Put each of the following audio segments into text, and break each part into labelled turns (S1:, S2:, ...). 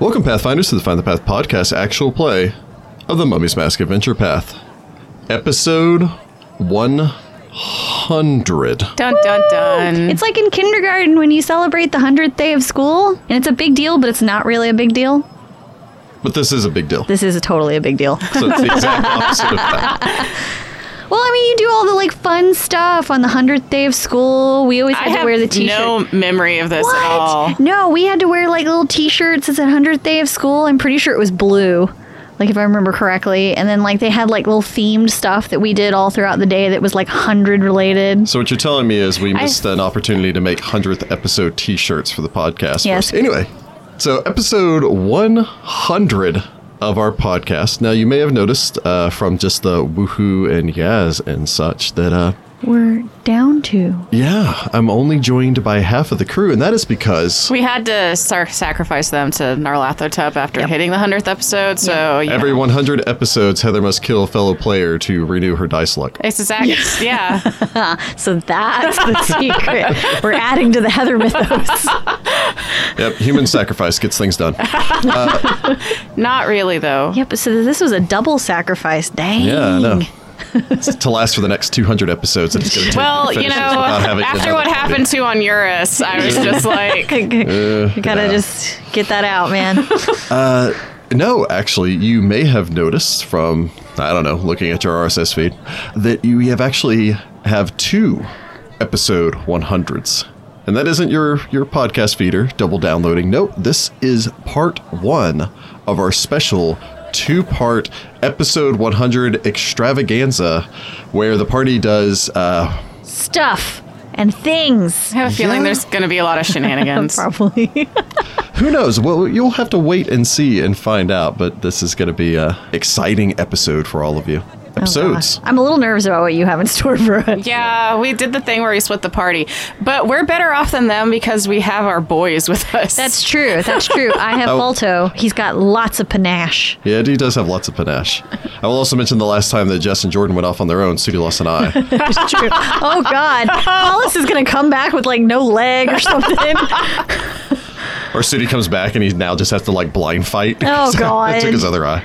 S1: Welcome, Pathfinders, to the Find the Path podcast actual play of the Mummy's Mask Adventure Path, episode 100.
S2: Dun dun dun.
S3: It's like in kindergarten when you celebrate the 100th day of school, and it's a big deal, but it's not really a big deal.
S1: But this is a big deal.
S3: This is totally a big deal.
S1: So it's the exact opposite of that.
S3: well, I mean, you do all the like fun stuff on the 100th day of school. We always
S2: I
S3: had
S2: have
S3: to wear the t shirt.
S2: no memory of this at all.
S3: what? No, we had to wear like little t shirts. It's the 100th day of school. I'm pretty sure it was blue. Like if I remember correctly, and then like they had like little themed stuff that we did all throughout the day that was like hundred related.
S1: So what you're telling me is we missed an opportunity to make 100th episode t shirts for the podcast.
S3: Yes.
S1: Anyway, so episode 100 of our podcast. Now, you may have noticed uh, from just the woohoo and yaz and such that. Uh,
S3: We're down to
S1: Yeah, I'm only joined by half of the crew, and that is because
S2: We had to sar- sacrifice them to Narlathotep after hitting the 100th episode, so yeah.
S1: every 100 episodes, Heather must kill a fellow player to renew her dice luck.
S2: it's exactly, yeah.
S3: so that's the secret. We're adding to the Heather mythos.
S1: Yep, human sacrifice gets things done.
S2: Not really, though.
S3: Yep, so this was a double sacrifice. Dang.
S1: Yeah, I know. It's to last for the next 200 episodes, it's going to take
S2: Well,
S1: to
S2: you
S1: finish
S2: know,
S1: this without having
S2: after
S1: another
S2: what
S1: party.
S2: happened to on Eurus, I was just like,
S3: you gotta
S1: yeah.
S3: just get that out, man.
S1: No, actually, you may have noticed from, I don't know, looking at your RSS feed, that you have actually have two episode 100s. And that isn't your, your podcast feeder double downloading. Nope, this is part one of our special two part episode 100 extravaganza where the party does, uh,
S3: Stuff and things.
S2: I have a feeling
S1: Yeah.
S2: there's going to be a lot of shenanigans.
S3: Probably.
S1: who knows? Well, you'll have to wait and see and find out, but this is going to be a exciting episode for all of you. Episodes.
S3: I'm a little nervous about what you have in store for us.
S2: yeah, we did the thing where we split the party, but we're better off than them because we have our boys with us.
S3: That's true. That's true. I have
S1: Oh.
S3: Balto. He's got lots of panache.
S1: Yeah, he does have lots of panache. I will also mention the last time that Jess and Jordan went off on their own, Sudie lost an eye.
S3: It's true. oh God, Hollis is gonna come back with like no leg or something.
S1: or Sudie comes back and he now just has to like blind fight.
S3: Oh,
S1: It took
S3: God.
S1: his other eye.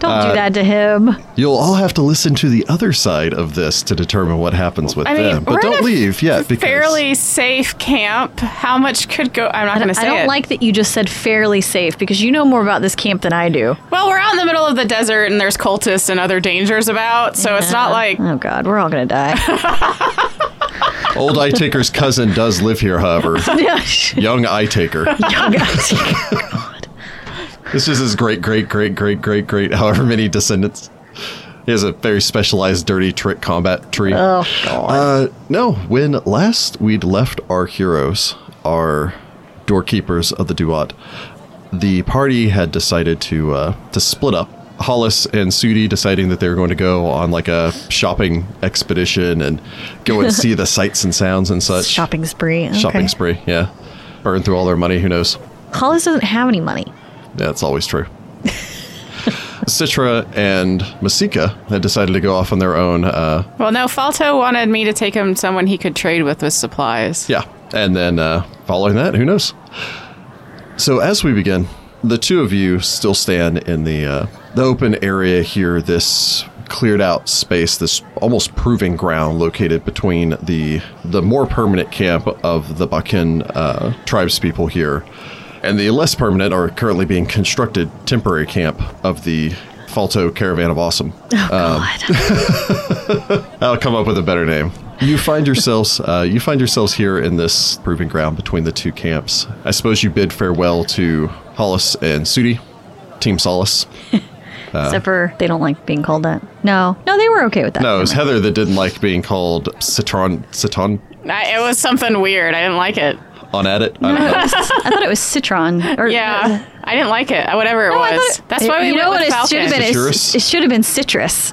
S3: Don't
S1: Uh,
S3: do that to him.
S1: You'll all have to listen to the other side of this to determine what happens with
S2: I mean,
S1: them. But
S2: we're in
S1: don't
S2: a
S1: leave yet because
S2: fairly safe camp. How much could go? I'm not going to say
S3: I don't
S2: it.
S3: like that you just said fairly safe because you know more about this camp than I do.
S2: Well, we're out in the middle of the desert, and there's cultists and other dangers about, so it's not like
S3: Oh God, we're all gonna die.
S1: old eye taker's cousin does live here, however. Young eye taker.
S3: Young guys.
S1: This is his great, great, great, great, great, great, however many descendants. He has a very specialized dirty trick combat tree.
S3: Oh, God.
S1: Uh, no, when last we'd left our heroes, our doorkeepers of the Duat, the party had decided to uh, to split up. Hollis and Sudi deciding that they were going to go on like a shopping expedition and go and see the sights and sounds and such.
S3: Shopping spree. Okay.
S1: Shopping spree, yeah. Burn through all their money, who knows?
S3: Hollis doesn't have any money.
S1: Yeah, it's always true. Citra and Masika had decided to go off on their own. Uh,
S2: Well, no, Falto wanted me to take him someone he could trade with with supplies.
S1: yeah, and then uh, following that, who knows? So as we begin, the two of you still stand in the uh, the open area here. This cleared out space, this almost proving ground located between the the more permanent camp of the Bakin uh, tribes people here, and the less permanent or currently being constructed temporary camp of the Falto Caravan of Awesome.
S3: God.
S1: I'll come up with a better name. You find yourselves, uh, you find yourselves here in this proving ground between the two camps. I suppose you bid farewell to Hollis and Sudi, Team Solace. Uh.
S3: Except for they don't like being called that. No. No, they were okay with that.
S1: No, it was Heather that didn't like being called Citron, Citron
S2: I, it was something weird. I didn't like it.
S1: on at it. I don't know.
S3: I thought it was Citron. Or,
S2: Yeah, I didn't like it. Whatever it
S3: I thought
S2: was.
S3: it-
S2: That's why we
S3: you
S2: went
S3: know
S2: with
S3: what it
S2: Falcon.
S3: should have been.
S1: Citrus?
S3: It, it should have been citrus.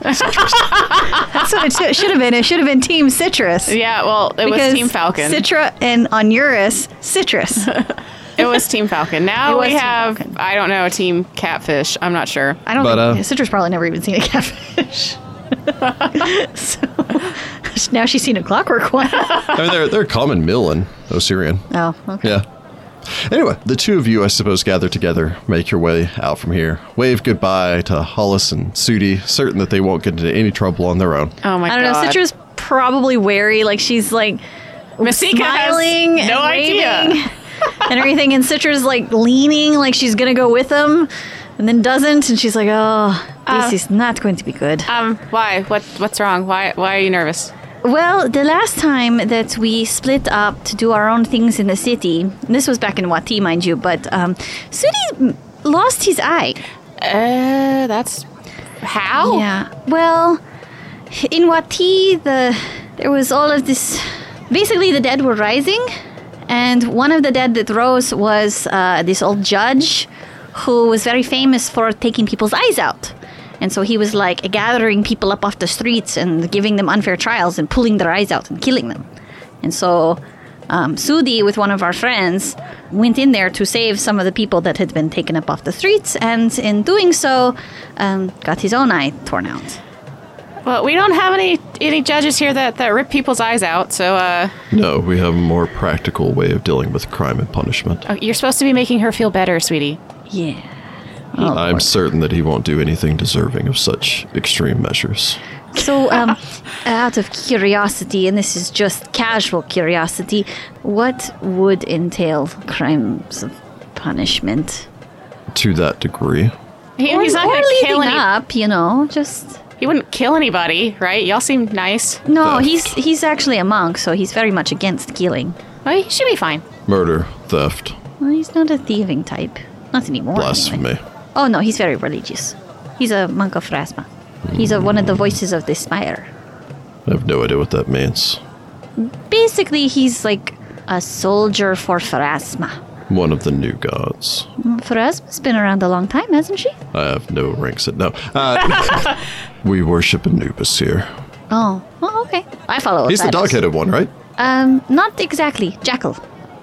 S3: That's what it should- should have been. It should have been Team Citrus.
S2: yeah, well, it was Team Falcon.
S3: Citra and Onuris, citrus.
S2: it was Team Falcon.
S3: It
S2: Now
S3: was
S2: we
S3: Team
S2: have,
S3: Falcon.
S2: I don't know, Team Catfish. I'm not sure.
S3: I don't
S1: But,
S3: think
S1: uh,
S3: citrus probably never even seen a catfish. so, now she's seen a clockwork one.
S1: I mean, they're they're common mill in Osirian.
S3: Oh, okay.
S1: Yeah, Anyway, the two of you, I suppose, gather together, make your way out from here, wave goodbye to Hollis and Sudie, certain that they won't get into any trouble on their own.
S2: Oh my god.
S3: I don't know. Citra's probably wary. Like she's like
S2: Masika has
S3: smiling and
S2: no idea.
S3: waving and everything. And Citra's like leaning, like she's gonna go with him, and then doesn't. And she's like, "Oh,
S2: Uh,
S3: this is not going to be good."
S2: Um, why? What? What's wrong? Why? Why are you nervous?
S3: Well, the last time that we split up to do our own things in the city, and this was back in Wati, mind you, but um, Sudi lost his eye.
S2: Uh, that's how.
S3: Yeah. Well, in Wati, the there was all of this. Basically, the dead were rising, and one of the dead that rose was uh, this old judge, who was very famous for taking people's eyes out. And so he was like gathering people up off the streets and giving them unfair trials and pulling their eyes out and killing them. And so um, Sudi, with one of our friends, went in there to save some of the people that had been taken up off the streets, and in doing so, um, got his own eye torn out.
S2: Well, we don't have any any judges here that that rip people's eyes out. So, uh,
S1: No, we have a more practical way of dealing with crime and punishment.
S2: you're supposed to be making her feel better, sweetie.
S3: Yeah. Oh.
S1: I'm certain that he won't do anything deserving of such extreme measures.
S3: So, um, out of curiosity, and this is just casual curiosity, what would entail crimes of punishment?
S1: To that degree,
S2: He, he's not gonna
S3: leading
S2: kill any.
S3: up, you know, just
S2: He wouldn't kill anybody, right? Y'all seem nice.
S3: no.
S1: Theft.
S3: He's he's actually a monk, so he's very much against killing.
S2: Well, Oh, he should be fine.
S1: murder, theft,
S3: Well, he's not a thieving type. Not anymore. anyway.
S1: blasphemy.
S3: Oh no, he's very religious. He's a monk of Phrasma. He's a, one of the voices of the Spire.
S1: I have no idea what that means.
S3: Basically, he's like a soldier for Phrasma.
S1: One of the new gods.
S3: Phrasma's been around a long time, hasn't she?
S1: I have no ranks at no. Uh, we worship Anubis here.
S3: Oh, well, okay. I follow. what
S1: He's the
S3: that is.
S1: dog-headed one, right?
S3: Um, not exactly jackal.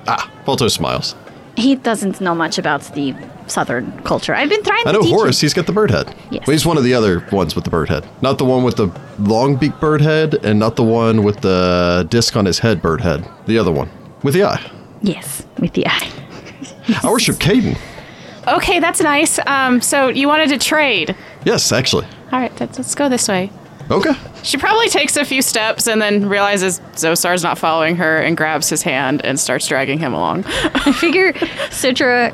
S1: Ah, Balto smiles.
S3: He doesn't know much about the southern culture. I've been trying
S1: I
S3: to
S1: know
S3: teach
S1: Horus.
S3: him.
S1: He's got the bird head.
S3: Yes.
S1: Well, he's one of the other ones with the bird head, not the one with the long beak bird head, and not the one with the disc on his head bird head. The other one with the eye.
S3: Yes, with the eye.
S1: I worship Caden.
S2: Okay, that's nice. Um, so you wanted to trade.
S1: Yes, actually.
S2: All right, let's, let's go this way.
S1: Okay.
S2: She probably takes a few steps and then realizes Zosar's not following her and grabs his hand and starts dragging him along.
S3: I figure Citra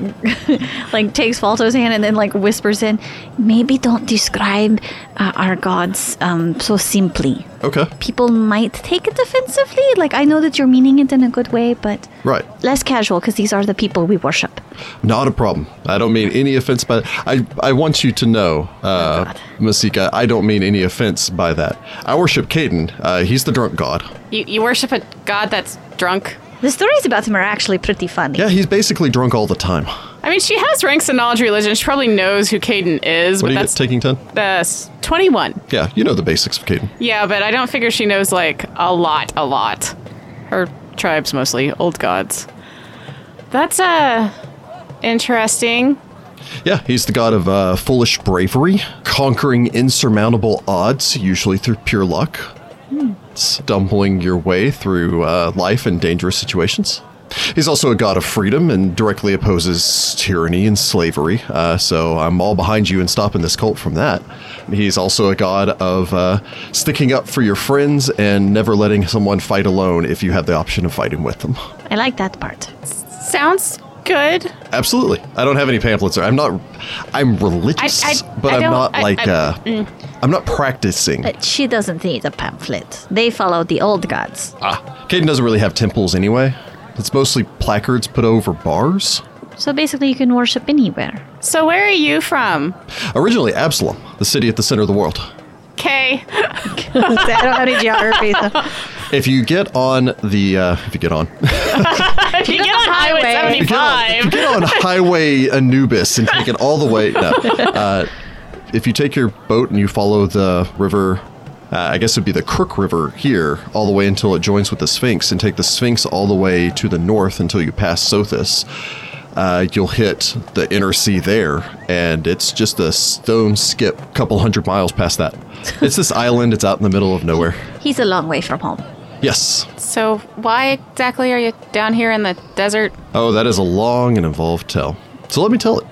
S3: like takes Falto's hand and then like whispers in, maybe don't describe uh, our gods um, so simply.
S1: Okay.
S3: People might take it offensively. Like I know that you're meaning it in a good way, but
S1: Right.
S3: less casual because these are the people we worship.
S1: Not a problem. I don't mean any offense by I, I want you to know, uh, Masika, I don't mean any offense by that. I worship Caden. Uh, he's the drunk god.
S2: You, you worship a god that's drunk.
S3: The stories about him are actually pretty funny.
S1: Yeah, he's basically drunk all the time.
S2: I mean, she has ranks in knowledge religion. She probably knows who Caden is,
S1: What
S2: but
S1: are you
S2: that's
S1: taking 10?
S2: that's 21.
S1: Yeah, you know the basics of Caden.
S2: Yeah, but I don't figure she knows like a lot, a lot. Her tribes mostly old gods. That's uh interesting.
S1: Yeah, he's the god of uh, foolish bravery, conquering insurmountable odds, usually through pure luck, stumbling your way through uh, life and dangerous situations. He's also a god of freedom and directly opposes tyranny and slavery. Uh, so I'm all behind you in stopping this cult from that. He's also a god of uh, sticking up for your friends and never letting someone fight alone if you have the option of fighting with them.
S3: I like that part.
S2: Sounds good.
S1: Absolutely. I don't have any pamphlets. There. I'm not. I'm religious,
S2: I- I-
S1: but I
S2: I
S1: am
S2: don't-
S1: not
S2: I- mm.
S1: like.
S2: I-
S1: uh, I'm not practicing.
S3: But she doesn't need a pamphlet. They follow the old gods.
S1: ah, Caden doesn't really have temples anyway. It's mostly placards put over bars.
S3: So basically, you can worship anywhere.
S2: So where are you from?
S1: Originally, Absalom, the city at the center of the world.
S2: Kay.
S3: I don't have any geography.
S1: If you get on the, uh, if you get on,
S2: If you get on Highway
S3: highway.
S1: get on, if you
S2: 75.
S1: get on Highway Anubis and take it all the way. No, uh, if you take your boat and you follow the river, uh, I guess it would be the Crook River here, all the way until it joins with the Sphinx, and take the Sphinx all the way to the north until you pass Sothis. Uh, you'll hit the inner sea there, and it's just a stone skip, couple hundred miles past that. It's this island. It's out in the middle of nowhere.
S3: He's a long way from home.
S1: Yes.
S2: So why exactly are you down here in the desert?
S1: Oh, that is a long and involved tell. So let me tell it.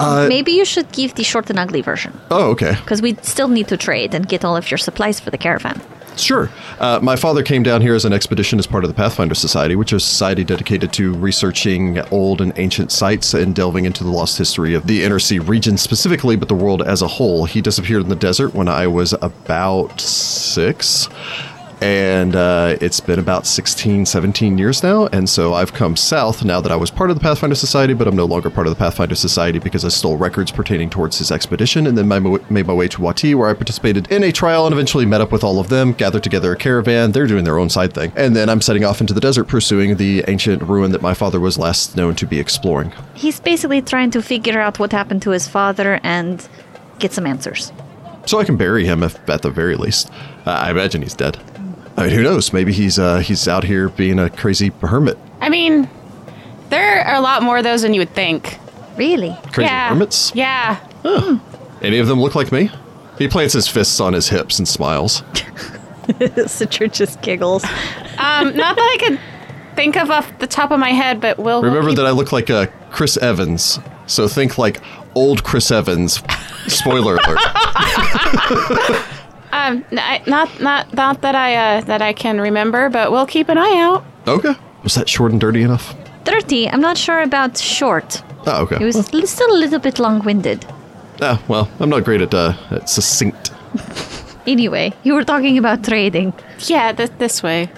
S1: Uh,
S3: Maybe you should give the short and ugly version
S1: oh, okay.
S3: because we still need to trade and get all of your supplies for the caravan.
S1: Sure. Uh, my father came down here as an expedition as part of the Pathfinder Society, which is a society dedicated to researching old and ancient sites and delving into the lost history of the Inner Sea region specifically, but the world as a whole. He disappeared in the desert when I was about six. And uh, it's been about 16, 17 years now. And so I've come south now that I was part of the Pathfinder Society, but I'm no longer part of the Pathfinder Society because I stole records pertaining towards his expedition and then my, made my way to Wati, where I participated in a trial and eventually met up with all of them, gathered together a caravan. They're doing their own side thing. And then I'm setting off into the desert pursuing the ancient ruin that my father was last known to be exploring.
S3: He's basically trying to figure out what happened to his father and get some answers.
S1: So I can bury him if, at the very least. Uh, I imagine he's dead. I mean, who knows? Maybe he's uh, he's out here being a crazy hermit.
S2: I mean, there are a lot more of those than you would think.
S3: Really?
S1: Crazy
S2: yeah.
S1: hermits?
S2: Yeah.
S1: Any of them look like me? He plants his fists on his hips and smiles.
S3: Citra just giggles.
S2: Um, not that I could think of off the top of my head, but we'll
S1: Remember
S2: we'll
S1: that I look like uh, Chris Evans, so think like old Chris Evans. Spoiler alert.
S2: keep- um, n- I- not not not that I uh, that I can remember, but we'll keep an eye out.
S1: Okay. Was that short and dirty enough?
S3: 30. I'm not sure about short.
S1: Oh, okay.
S3: It was li- still a little bit long winded.
S1: Ah, well, I'm not great at, uh, at succinct.
S3: Anyway, you were talking about trading.
S2: Yeah, th- this way.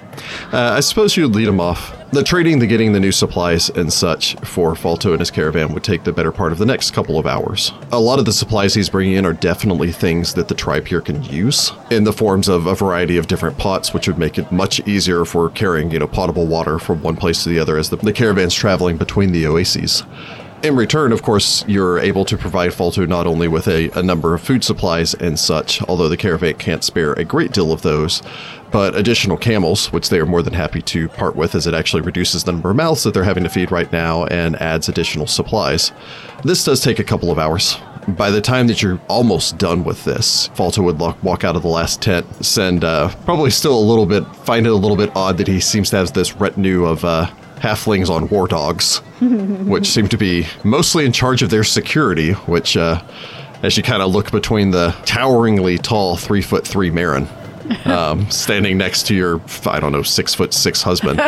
S1: Uh, I suppose you'd lead him off. The trading, the getting the new supplies and such for Falto and his caravan would take the better part of the next couple of hours. A lot of the supplies he's bringing in are definitely things that the tribe here can use in the forms of a variety of different pots, which would make it much easier for carrying, you know, potable water from one place to the other as the, the caravan's traveling between the oases. In return, of course, you're able to provide Falto not only with a, a number of food supplies and such, although the caravan can't spare a great deal of those, but additional camels, which they are more than happy to part with as it actually reduces the number of mouths that they're having to feed right now and adds additional supplies. This does take a couple of hours. By the time that you're almost done with this, Falto would lo- walk out of the last tent, send uh, probably still a little bit, find it a little bit odd that he seems to have this retinue of uh, halflings on war dogs which seem to be mostly in charge of their security, which, uh, as you kind of look between the toweringly tall three foot three Marin um, standing next to your, I don't know, six foot six husband.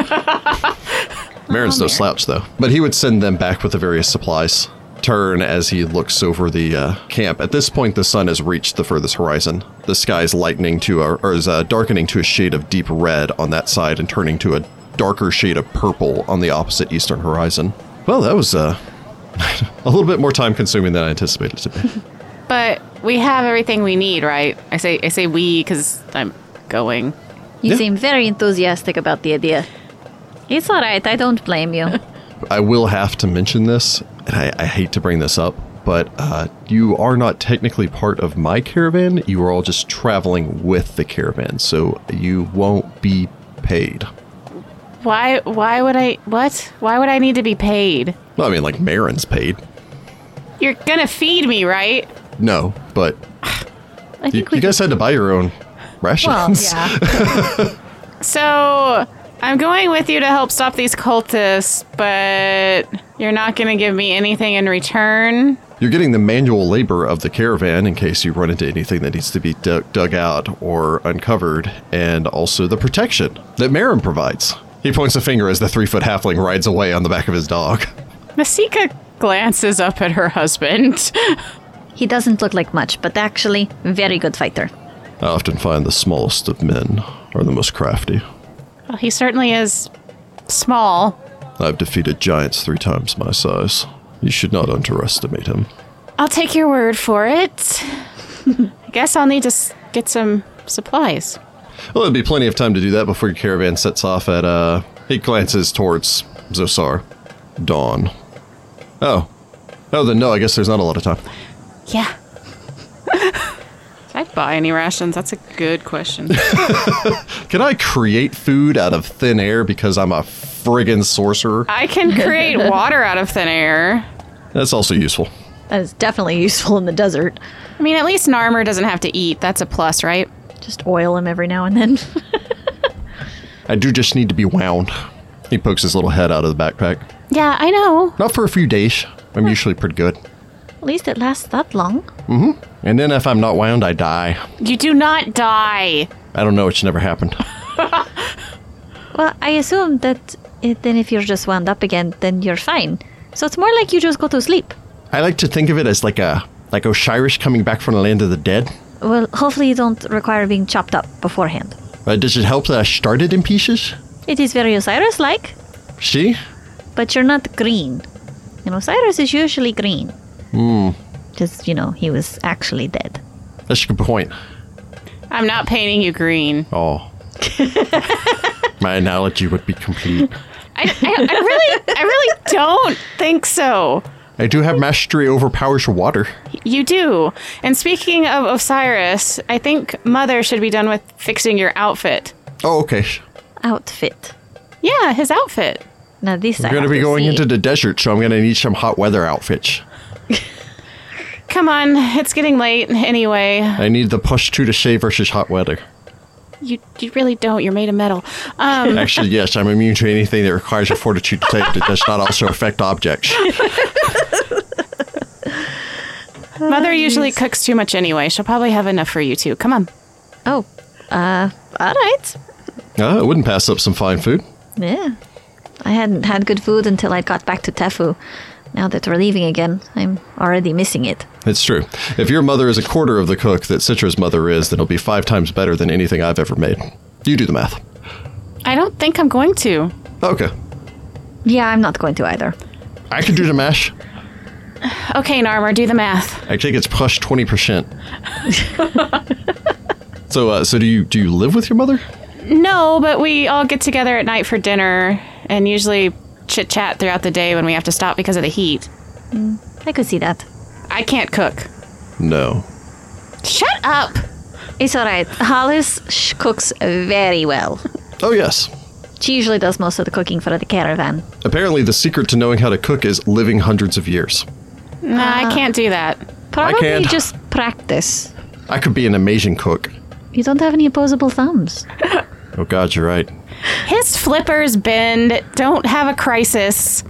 S1: Marin's no slouch, though. But he would send them back with the various supplies. Turn as he looks over the uh, camp. At this point, the sun has reached the furthest horizon. The sky is lightening to, a, or is uh, darkening to a shade of deep red on that side, and turning to a darker shade of purple on the opposite eastern horizon. Well, that was uh, a little bit more time-consuming than I anticipated to be.
S2: But we have everything we need, right? I say I say we because I'm going.
S3: You
S1: Yeah.
S3: seem very enthusiastic about the idea. It's all right. I don't blame you.
S1: I will have to mention this, and I, I hate to bring this up, but uh, you are not technically part of my caravan. You are all just traveling with the caravan, so you won't be paid.
S2: Why why would I what? Why would I need to be paid?
S1: Well, I mean, like Marin's paid.
S2: You're gonna feed me, right?
S1: No, but
S3: I
S1: you,
S3: think
S1: you
S3: we.
S1: guys had to buy your own
S3: well,
S1: rations.
S3: yeah.
S2: So I'm going with you to help stop these cultists, but you're not gonna give me anything in return.
S1: You're getting the manual labor of the caravan in case you run into anything that needs to be dug, dug out or uncovered, and also the protection that Marin provides. He points a finger as the three foot halfling rides away on the back of his dog.
S2: Masika glances up at her husband.
S3: He doesn't look like much, but actually, very good fighter.
S1: I often find the smallest of men are the most crafty.
S2: Well, he certainly is small.
S1: I've defeated giants three times my size. You should not underestimate him.
S2: I'll take your word for it. I guess I'll need to s- get some supplies.
S1: Well, there'd be plenty of time to do that before your caravan sets off at, uh. He glances towards Zosar. Dawn. Oh. Oh, then no, I guess there's not a lot of time.
S2: Yeah. Did I buy any rations? That's a good question.
S1: Can I create food out of thin air because I'm a friggin' sorcerer?
S2: I can create water out of thin air.
S1: That's also useful.
S3: That is definitely useful in the desert.
S2: I mean, at least Narmer doesn't have to eat. That's a plus, right?
S3: Just oil him every now and then.
S1: I do just need to be wound. He pokes his little head out of the backpack.
S2: Yeah, I know.
S1: Not for a few days. I'm usually pretty good.
S3: At least it lasts that long.
S1: And then if I'm not wound, I die.
S2: You do not die.
S1: I don't know. It's never happened.
S3: Well, I assume that it, then if you're just wound up again, then you're fine. So it's more like you just go to sleep.
S1: I like to think of it as like a like Osiris coming back from the land of the dead.
S3: Well, hopefully you don't require being chopped up beforehand.
S1: Uh, does it help that I started in pieces?
S3: It is very Osiris-like,
S1: See,
S3: but you're not green. And Osiris is usually green. Hmm. Because, you know, he was actually dead.
S1: that's a good point.
S2: I'm not painting you green.
S1: Oh, my analogy would be complete.
S2: I, I, I really, I really don't think so.
S1: I do have mastery over powers of water.
S2: You do. And speaking of Osiris, I think Mother should be done with fixing your outfit.
S1: Oh, okay.
S3: Outfit.
S2: Yeah, his outfit.
S3: Now this I
S1: We're gonna
S3: have
S1: be
S3: to
S1: going
S3: see.
S1: into the desert, so I'm gonna need some hot weather outfits.
S2: Come on, it's getting late anyway.
S1: I need the plus two to save versus hot weather.
S2: You, you really don't. You're made of metal. Um,
S1: Actually, yes, I'm immune to anything that requires a fortitude to take that does not also affect objects.
S2: Mother usually cooks too much anyway. She'll probably have enough for you two. Come on.
S3: Oh, uh, all right.
S1: Uh, I wouldn't pass up some fine food.
S3: Yeah. I hadn't had good food until I got back to Tefu. Now that we're leaving again, I'm already missing it.
S1: It's true. If your mother is a quarter of the cook that Citra's mother is, then it'll be five times better than anything I've ever made. You do the math.
S2: I don't think I'm going to.
S1: Okay.
S3: Yeah, I'm not going to either.
S1: I can do the mash.
S2: Okay, Narmer, do the math.
S1: I think it's plus twenty percent. so, uh, so do you do you live with your mother?
S2: No, but we all get together at night for dinner and usually chit chat throughout the day when we have to stop because of the heat.
S3: I could see that.
S2: I can't cook.
S1: No.
S2: Shut up!
S3: It's all right. Hollis sh- cooks very well.
S1: Oh yes.
S3: She usually does most of the cooking for the caravan.
S1: Apparently, the secret to knowing how to cook is living hundreds of years.
S2: No, I can't do that.
S3: Probably
S1: can't.
S3: just practice.
S1: I could be an amazing cook.
S3: You don't have any opposable thumbs.
S1: Oh God, you're right.
S2: His flippers bend. Don't have a crisis.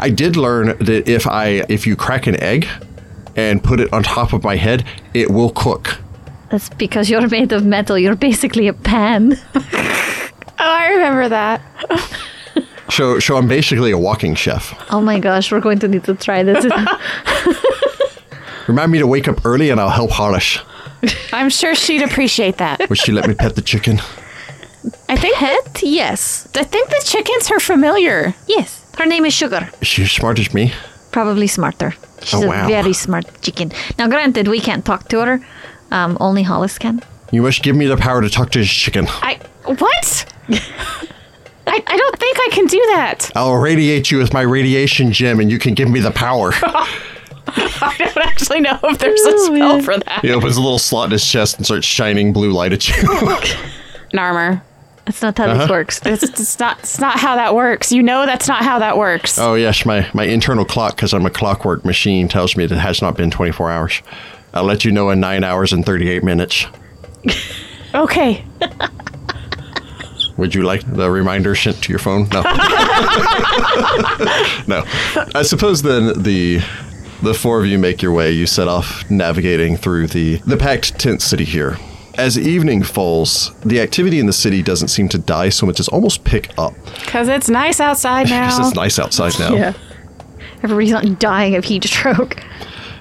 S1: I did learn that if I if you crack an egg and put it on top of my head, it will cook.
S3: That's because you're made of metal. You're basically a pan.
S2: Oh, I remember that.
S1: So so I'm basically a walking chef.
S3: Oh my gosh, we're going to need to try this.
S1: Remind me to wake up early and I'll help Hollis.
S2: I'm sure she'd appreciate that.
S1: Would she let me pet the chicken?
S2: I think
S3: Pet? Yes.
S2: I think the chicken's her familiar.
S3: Yes. Her name is Sugar.
S1: Is she as smart as me?
S3: Probably smarter. She's
S1: Oh, wow.
S3: a very smart chicken. Now, granted, we can't talk to her. Um, only Hollis can.
S1: You must give me the power to talk to this chicken.
S2: I what? I, I don't think I can do that.
S1: I'll irradiate you with my radiation gem and you can give me the power.
S2: I don't actually know if there's a spell for that.
S1: he opens a little slot in his chest and starts shining blue light at you.
S2: Narmer.
S3: That's not how
S1: Uh-huh.
S3: this works.
S2: It's, it's not it's not how that works. You know that's not how that works.
S1: oh, yes, my, my internal clock, because I'm a clockwork machine, tells me that it has not been 24 hours. I'll let you know in 9 hours and 38 minutes.
S2: Okay.
S1: Would you like the reminder sent to your phone? No. no. I suppose then the the four of you make your way. You set off navigating through the the packed tent city here. As evening falls, the activity in the city doesn't seem to die so much as almost pick up.
S2: Cause it's nice outside
S1: Because
S2: now.
S1: it's nice outside now.
S3: Yeah. Everybody's not dying of heat stroke.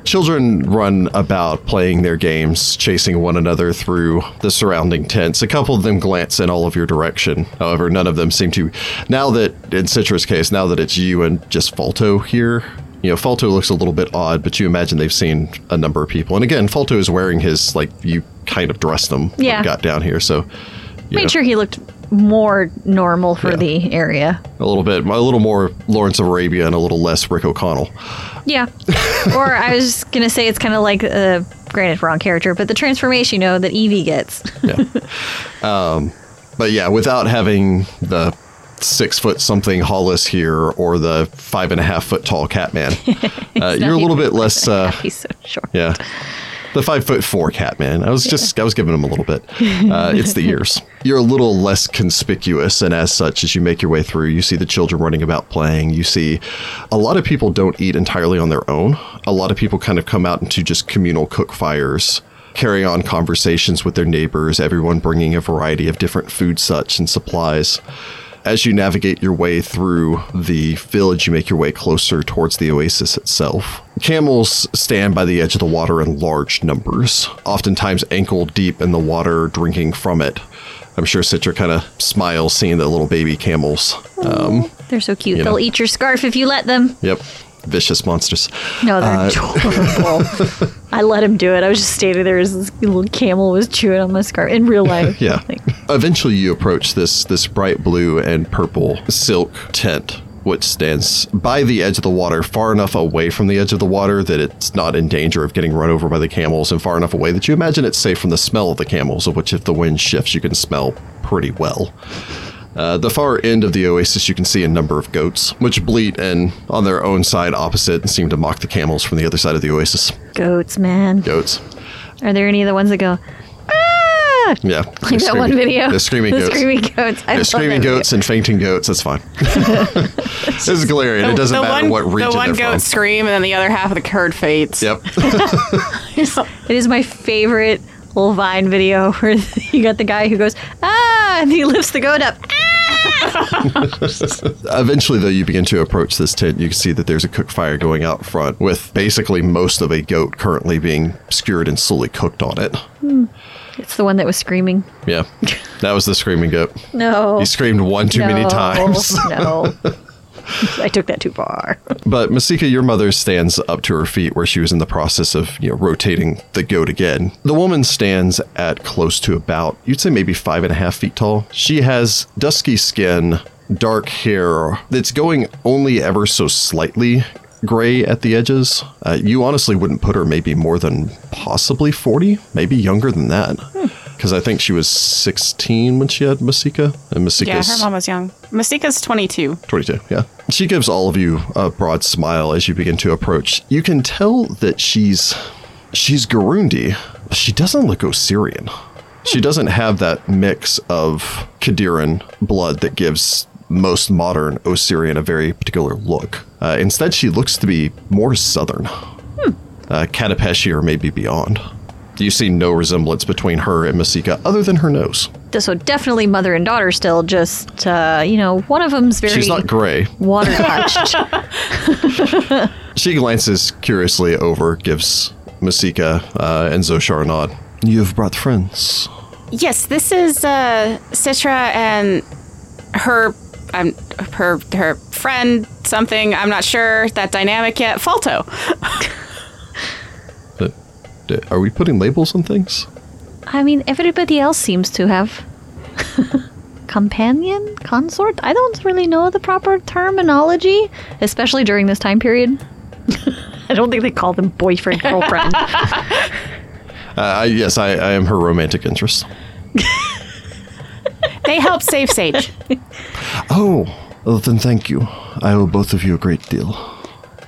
S1: Children run about playing their games, chasing one another through the surrounding tents. A couple of them glance in all of your direction. However, none of them seem to. Now that, in Citra's case, now that it's you and just Falto here, you know, Falto looks a little bit odd, but you imagine they've seen a number of people. And again, Falto is wearing his, like, you kind of dressed him when you
S3: Yeah.
S1: got down here. So, you know,
S3: Made sure he looked more normal for
S1: Yeah.
S3: the area.
S1: a little bit, a little more Lawrence of Arabia and a little less Rick O'Connell.
S3: Yeah. or I was just gonna say it's kind of like, uh, granted, wrong character, but the transformation, you know, that Evie gets.
S1: But yeah, without having the six foot something Hollis here or the five and a half foot tall Catman, uh, you're a little bit less. Uh,
S3: He's so short.
S1: yeah, the five foot four Catman. I was just I was giving him a little bit. Uh, it's the ears. you're a little less conspicuous, and as such, as you make your way through, you see the children running about playing. You see a lot of people don't eat entirely on their own. A lot of people kind of come out into just communal cook fires, carry on conversations with their neighbors, everyone bringing a variety of different food, such, and supplies. As you navigate your way through the village, you make your way closer towards the oasis itself. Camels stand by the edge of the water in large numbers, oftentimes ankle deep in the water, drinking from it. I'm sure Citra kind of smiles seeing the little baby camels. Um,
S3: They're so cute.
S1: You know.
S3: They'll eat your scarf if you let them.
S1: yep, vicious monsters.
S3: No, they're
S1: Uh,
S3: adorable. I let him do it. I was just standing there as this little camel was chewing on my scarf in real life.
S1: Yeah.
S3: Like,
S1: Eventually, you approach this this bright blue and purple silk tent, which stands by the edge of the water, far enough away from the edge of the water that it's not in danger of getting run over by the camels, and far enough away that you imagine it's safe from the smell of the camels, of which, if the wind shifts, you can smell pretty well. Uh, the far end of the oasis, you can see a number of goats, which bleat and on their own side opposite and seem to mock the camels from the other side of the oasis.
S3: goats, man.
S1: Goats.
S3: Are there any of the ones that go, ah?
S1: Yeah.
S3: Like that one video.
S1: The screaming
S3: the
S1: goats.
S3: Screaming goats. I
S1: Yeah,
S3: love
S1: screaming
S3: that video.
S1: goats and fainting goats. That's fine. this is Galarian. It doesn't matter
S2: one,
S1: what region
S2: The one
S1: they're
S2: goat scream, and then the other half of the herd faints.
S1: from. Yep.
S3: It is my favorite little Vine video where you got the guy who goes, ah, and he lifts the goat up. Ah!
S1: Eventually, though, you begin to approach this tent. You can see that there's a cook fire going out front, with basically most of a goat currently being skewered and slowly cooked on it.
S3: It's the one that was screaming.
S1: Yeah, that was the screaming goat.
S3: No.
S2: Oh.
S1: He screamed one too many
S3: No.
S1: times.
S3: no. I took that too far.
S1: But Masika, your mother stands up to her feet where she was in the process of, you know, rotating the goat again. The woman stands at close to about, you'd say maybe five and a half feet tall. She has dusky skin, dark hair that's going only ever so slightly gray at the edges. Uh, you honestly wouldn't put her maybe more than possibly 40, maybe younger than that.
S2: Hmm.
S1: Because I think she was 16 when she had Masika, and
S2: Yeah,
S1: Masika's
S2: her mom was young. Mastika's 22.
S1: 22, yeah. She gives all of you a broad smile as you begin to approach. You can tell that she's she's Garundi. She doesn't look Osirian. She doesn't have that mix of Kadiran blood that gives most modern Osirian a very particular look. Uh, instead, she looks to be more southern, uh, Katapeshi or maybe beyond. You see no resemblance between her and Masika other than her nose.
S3: So definitely mother and daughter still, just, uh, you know, one of them's very
S1: She's not gray.
S3: water touched.
S1: She glances curiously over, gives Masika uh, and Zoshar a nod. You've brought friends.
S2: Yes, this is uh, Citra and her, um, her, her friend, something. I'm not sure that dynamic yet. Falto.
S1: Uh, d- Are we putting labels on things?
S3: I mean, everybody else seems to have companion, consort. I don't really know the proper terminology, especially during this time period. I don't think they call them boyfriend, girlfriend.
S1: Uh, I, yes, I, I am her romantic interest.
S2: They help save Sage.
S1: Oh, well, then thank you. I owe both of you a great deal.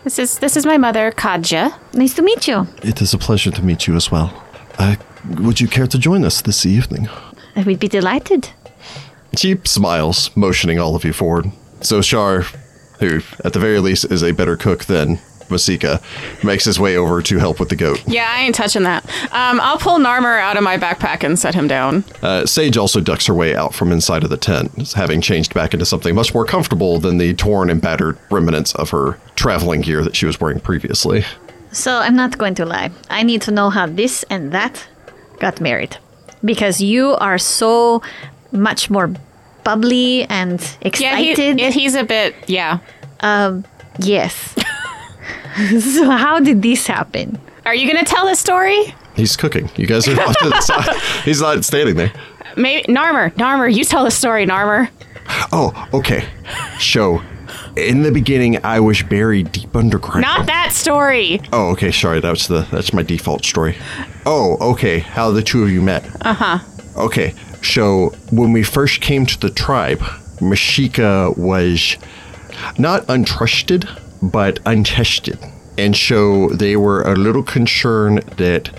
S2: This is this is my mother, Kadja.
S3: nice to meet you.
S1: It is a pleasure to meet you as well. Uh, would you care to join us this evening?
S3: We'd be delighted.
S1: She smiles, motioning all of you forward. So Shar, who at the very least is a better cook than Masika, makes his way over to help with the goat.
S2: Yeah, I ain't touching that. Um, I'll pull Narmer out of my backpack and set him down.
S1: Uh, Sage also ducks her way out from inside of the tent, having changed back into something much more comfortable than the torn and battered remnants of her traveling gear that she was wearing previously.
S3: So I'm not going to lie. I need to know how this and that got married. Because you are so much more bubbly and
S2: Yeah, he,
S3: excited.
S2: yeah, he's a bit. Yeah.
S3: yes. so how did this happen?
S2: Are you gonna tell this story?
S1: He's cooking. You guys are off to the side. He's not standing there.
S2: Maybe Narmer, Narmer, you tell the story, Narmer.
S1: Oh, okay. So, in the beginning, I was buried deep underground.
S2: Not that story.
S1: Oh, okay. Sorry, that's the that's my default story. Oh, okay. How the two of you met? Uh huh. Okay. So when we first came to the tribe, Mashika was not untrusted, but untested, and so they were a little concerned that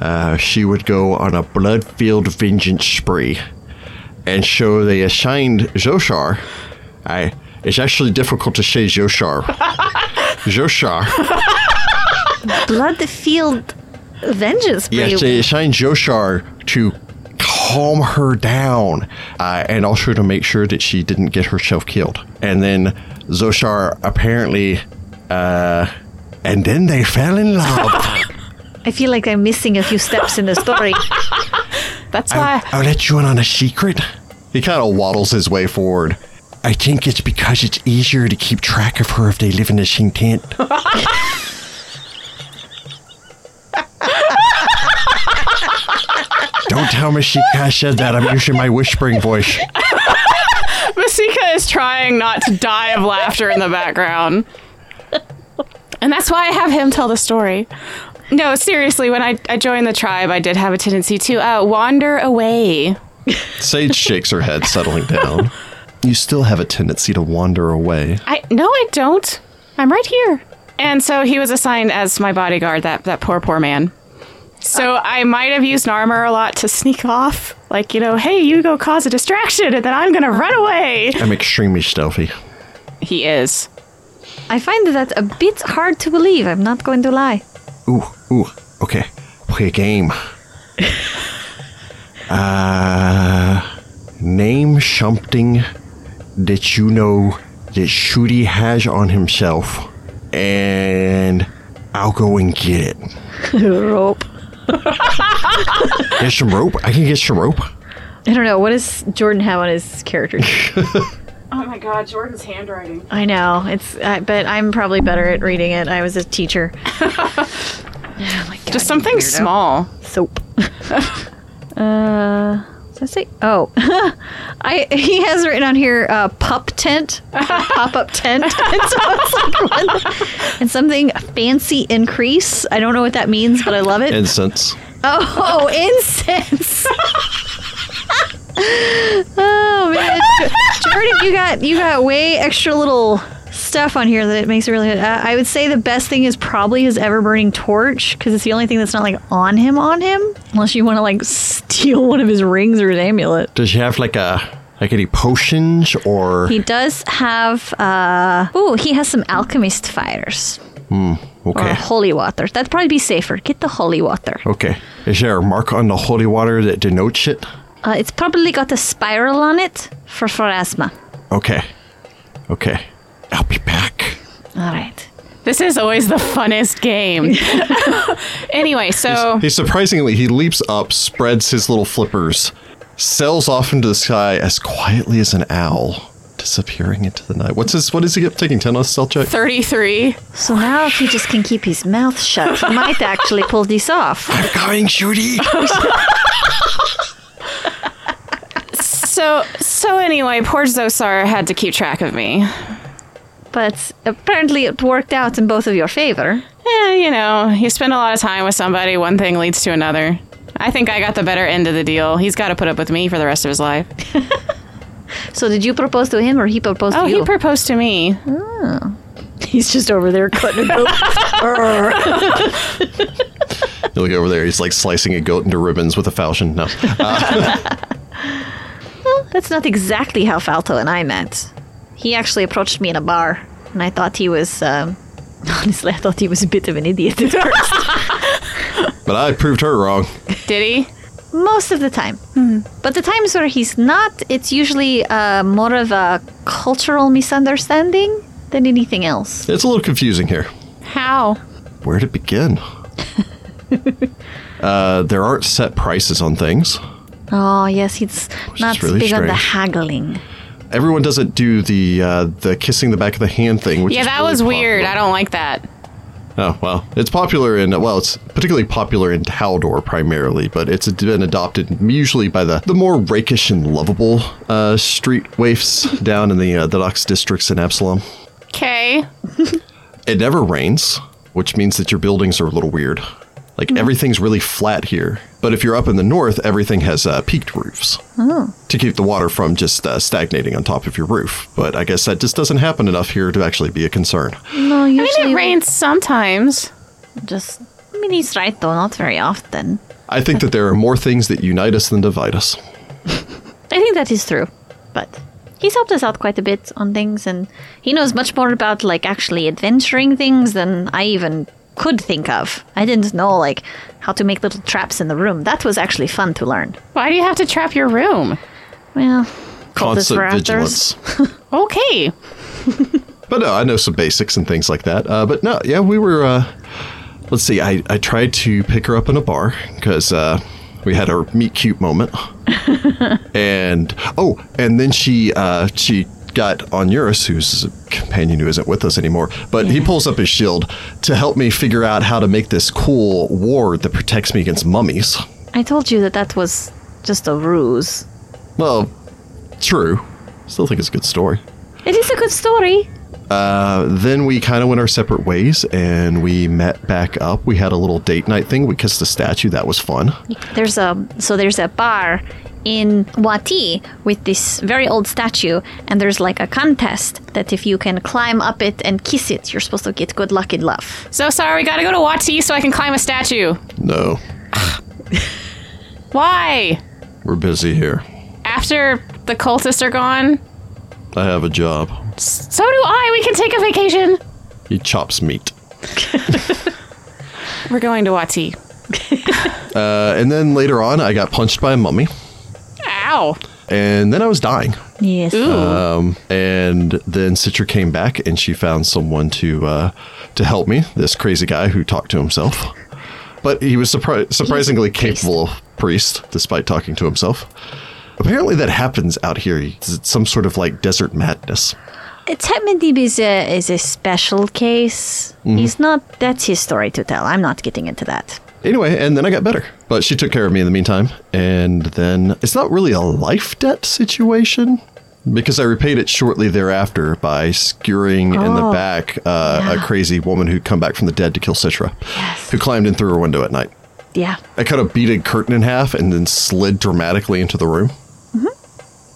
S1: uh, she would go on a blood-filled vengeance spree and so they assigned Zoshar. I it's actually difficult to say Zoshar. Zoshar.
S3: Blood the field vengeance.
S1: Yes,
S3: brave.
S1: they assigned Zoshar to calm her down uh, and also to make sure that she didn't get herself killed. And then Zoshar apparently, uh, and then they fell in love.
S3: I feel like I'm missing a few steps in the story.
S2: That's
S1: I'll,
S2: why.
S1: I'll let you in on a secret. He kind of waddles his way forward. I think it's because it's easier to keep track of her if they live in the same tent. Don't tell me she kind of said that. I'm using my whispering voice.
S2: Masika is trying not to die of laughter in the background. And that's why I have him tell the story. No, seriously, when I, I joined the tribe, I did have a tendency to uh, wander away.
S1: Sage shakes her head, settling down. You still have a tendency to wander away.
S2: I no, I don't. I'm right here. And so he was assigned as my bodyguard. That that poor poor man. So I might have used armor a lot to sneak off, like you know, hey, you go cause a distraction, and then I'm gonna run away.
S1: I'm extremely stealthy.
S2: He is.
S3: I find that a bit hard to believe. I'm not going to lie.
S1: Ooh, ooh, okay. Play a game. uh, name something that you know that Shooty has on himself, and I'll go and get it.
S3: Rope.
S1: Get some rope? I can get some rope.
S3: I don't know. What does Jordan have on his character? sheet?
S2: Oh my God, Jordan's handwriting.
S3: I know it's, uh, but I'm probably better at reading it. I was a teacher. Oh my God,
S2: Just something
S3: you weirdo.
S2: small.
S3: Soap. uh, does that say? Oh, I he has written on here uh, pup tent, pop up tent, and so it's like what the- and something fancy increase. I don't know what that means, but I love it.
S1: Incense.
S3: Oh, incense. oh man, Jordan, you got you got way extra little stuff on here that it makes it really. Uh, I would say the best thing is probably his ever burning torch because it's the only thing that's not like on him on him unless you want to like steal one of his rings or his amulet.
S1: Does he have like a like any potions or
S3: He does have. uh Ooh, he has some alchemist fires or
S1: okay?
S3: holy water. That'd probably be safer. Get the holy water.
S1: Okay. Is there a mark on the holy water that denotes it?
S3: Uh, it's probably got a spiral on it for pharasma.
S1: Okay. Okay. I'll be back.
S3: All right.
S2: This is always the funnest game. anyway, so
S1: He surprisingly he leaps up, spreads his little flippers, sails off into the sky as quietly as an owl, disappearing into the night. What's his? What is he get, taking ten on a stealth check?
S2: 33.
S3: So now, if he just can keep his mouth shut, he might actually pull this off.
S1: I'm coming, Judy.
S2: So so anyway, poor Zosar had to keep track of me.
S3: But apparently, it worked out in both of your favor.
S2: Eh, you know, you spend a lot of time with somebody, one thing leads to another. I think I got the better end of the deal. He's got to put up with me for the rest of his life.
S3: So, did you propose to him, or he proposed
S2: Oh,
S3: to you?
S2: he proposed to me.
S3: He's just over there cutting a goat.
S1: you look over there. He's like slicing a goat into ribbons with a falchion. No,
S3: That's not exactly how Falto and I met. He actually approached me in a bar, and I thought he was. Um, honestly, I thought he was a bit of an idiot at first.
S1: but I proved her wrong.
S2: Did he?
S3: Most of the time. But the times where he's not, it's usually uh, more of a cultural misunderstanding than anything else.
S1: It's a little confusing here.
S2: How?
S1: Where to begin? uh, there aren't set prices on things.
S3: Oh yes, he's not
S1: really
S3: big on the
S1: strange.
S3: haggling.
S1: Everyone doesn't do the uh, the kissing the back of the hand thing. Which
S2: Yeah,
S1: is
S2: that
S1: really
S2: was weird.
S1: popular.
S2: I don't like that.
S1: Oh well, it's popular in well, it's particularly popular in Taldor primarily, but it's been adopted usually by the, the more rakish and lovable uh, street waifs down in the uh, the docks districts in Absalom.
S2: Okay.
S1: It never rains, which means that your buildings are a little weird. Like everything's really flat here, but if you're up in the north, everything has uh, peaked roofs to keep the water from just uh, stagnating on top of your roof. But I guess that just doesn't happen enough here to actually be a concern.
S3: No,
S2: I
S3: usually
S2: mean, it rains sometimes.
S3: Just I mean, he's right though, not very often.
S1: I think that there are more things that unite us than divide us.
S3: I think that is true. But he's helped us out quite a bit on things, and he knows much more about like actually adventuring things than I even could think of. I didn't know like how to make little traps in the room. That was actually fun to learn.
S2: Why do you have to trap your room?
S3: Well, call this
S1: Constant
S3: rafters.
S1: vigilance.
S2: Okay.
S1: But no, I know some basics and things like that. Uh, but no, yeah, we were. Uh, let's see, I, I tried to pick her up in a bar because uh, we had our meet cute moment. and oh, and then she uh, she got on Eurus, who's a companion who isn't with us anymore. But he pulls up his shield to help me figure out how to make this cool ward that protects me against mummies.
S3: I told you that that was just a ruse.
S1: Well, true. Still think it's a good story.
S3: It is a good story.
S1: then we kind of went our separate ways and we met back up. We had a little date night thing. We kissed a statue. That was fun.
S3: There's a so there's a bar in Wati with this very old statue, and there's like a contest that if you can climb up it and kiss it, you're supposed to get good luck in love.
S2: So sorry, gotta go to Wati so I can climb a statue.
S1: No,
S2: Why?
S1: we're busy here.
S2: After the cultists are gone?
S1: I have a job.
S2: So do I. We can take a vacation.
S1: He chops meat.
S2: We're going to Wati.
S1: Uh, and then later on, I got punched by a mummy
S2: Ow.
S1: and then I was dying.
S3: Yes.
S2: Ooh.
S1: Um, and then Citra came back and she found someone to uh, to help me. This crazy guy who talked to himself, but he was surpri- surprisingly capable priest, despite talking to himself. Apparently, that happens out here. It's some sort of like desert madness.
S3: Temendib Uh, is a is a special case. He's not. That's his story to tell. I'm not getting into that.
S1: Anyway, and then I got better, but she took care of me in the meantime. And then it's not really a life debt situation because I repaid it shortly thereafter by skewering in the
S3: Oh.
S1: back uh, a crazy woman who'd come back from the dead to kill Citra,
S3: Yes.
S1: who climbed in through her window at night.
S3: Yeah.
S1: I cut a beaded curtain in half and then slid dramatically into the room.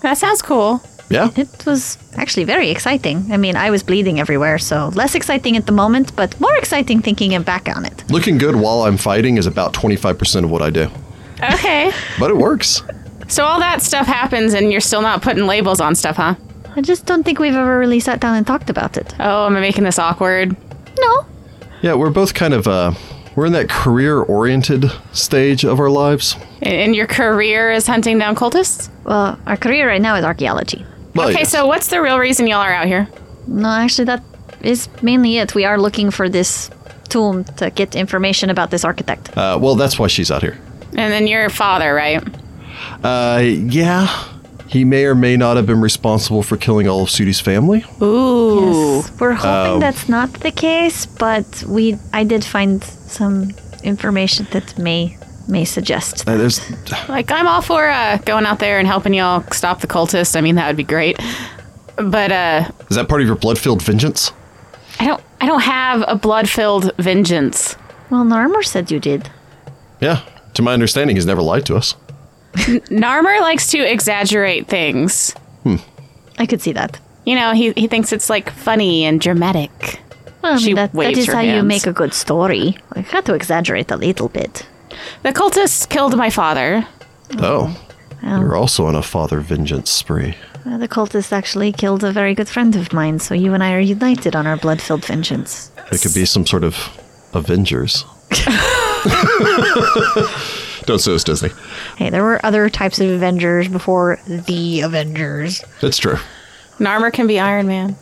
S2: That sounds cool.
S1: Yeah,
S3: It was actually very exciting. I mean, I was bleeding everywhere, so less exciting at the moment, but more exciting thinking and back on it.
S1: looking good while I'm fighting is about 25% of what I do,
S2: Okay.
S1: but it works.
S2: so all that stuff happens and you're still not putting labels on stuff, huh?
S3: I just don't think we've ever really sat down and talked about it.
S2: Oh, am I making this awkward?
S3: No.
S1: Yeah, we're both kind of uh, we're in that career-oriented stage of our lives.
S2: And your career is hunting down cultists?
S3: Well, Uh, our career right now is archaeology.
S1: Well,
S2: okay,
S1: yes.
S2: so what's the real reason y'all are out here?
S3: No, actually, that is mainly it. We are looking for this tomb to get information about this architect.
S1: Uh, well, that's why she's out here.
S2: And then your father, right?
S1: Uh, yeah. He may or may not have been responsible for killing all of Sudi's family.
S2: Ooh.
S3: We're
S1: Um,
S3: hoping that's not the case, but we I did find some information that may may suggest.
S1: Uh, there's,
S2: Like, I'm all for uh, going out there and helping y'all stop the cultists. I mean, that would be great. But uh,
S1: is that part of your blood-filled vengeance?
S2: I don't. I don't have a blood-filled vengeance.
S3: Well, Narmer said you did.
S1: Yeah. To my understanding, he's never lied to us.
S2: Narmer likes to exaggerate things.
S3: I could see that.
S2: You know, he he thinks it's like funny and dramatic.
S3: Well, I mean,
S2: She
S3: that, that
S2: waves
S3: is
S2: her
S3: how you
S2: hands.
S3: make a good story. I had to exaggerate a little bit.
S2: The cultists killed my father.
S1: Oh. You're also on a father vengeance spree.
S3: Uh, the cultist actually killed a very good friend of mine, so you and I are united on our blood-filled vengeance.
S1: It could be some sort of Avengers. Don't sue us, Disney.
S3: Hey, there were other types of Avengers before the Avengers.
S1: It's true.
S2: Narmer can be Iron Man.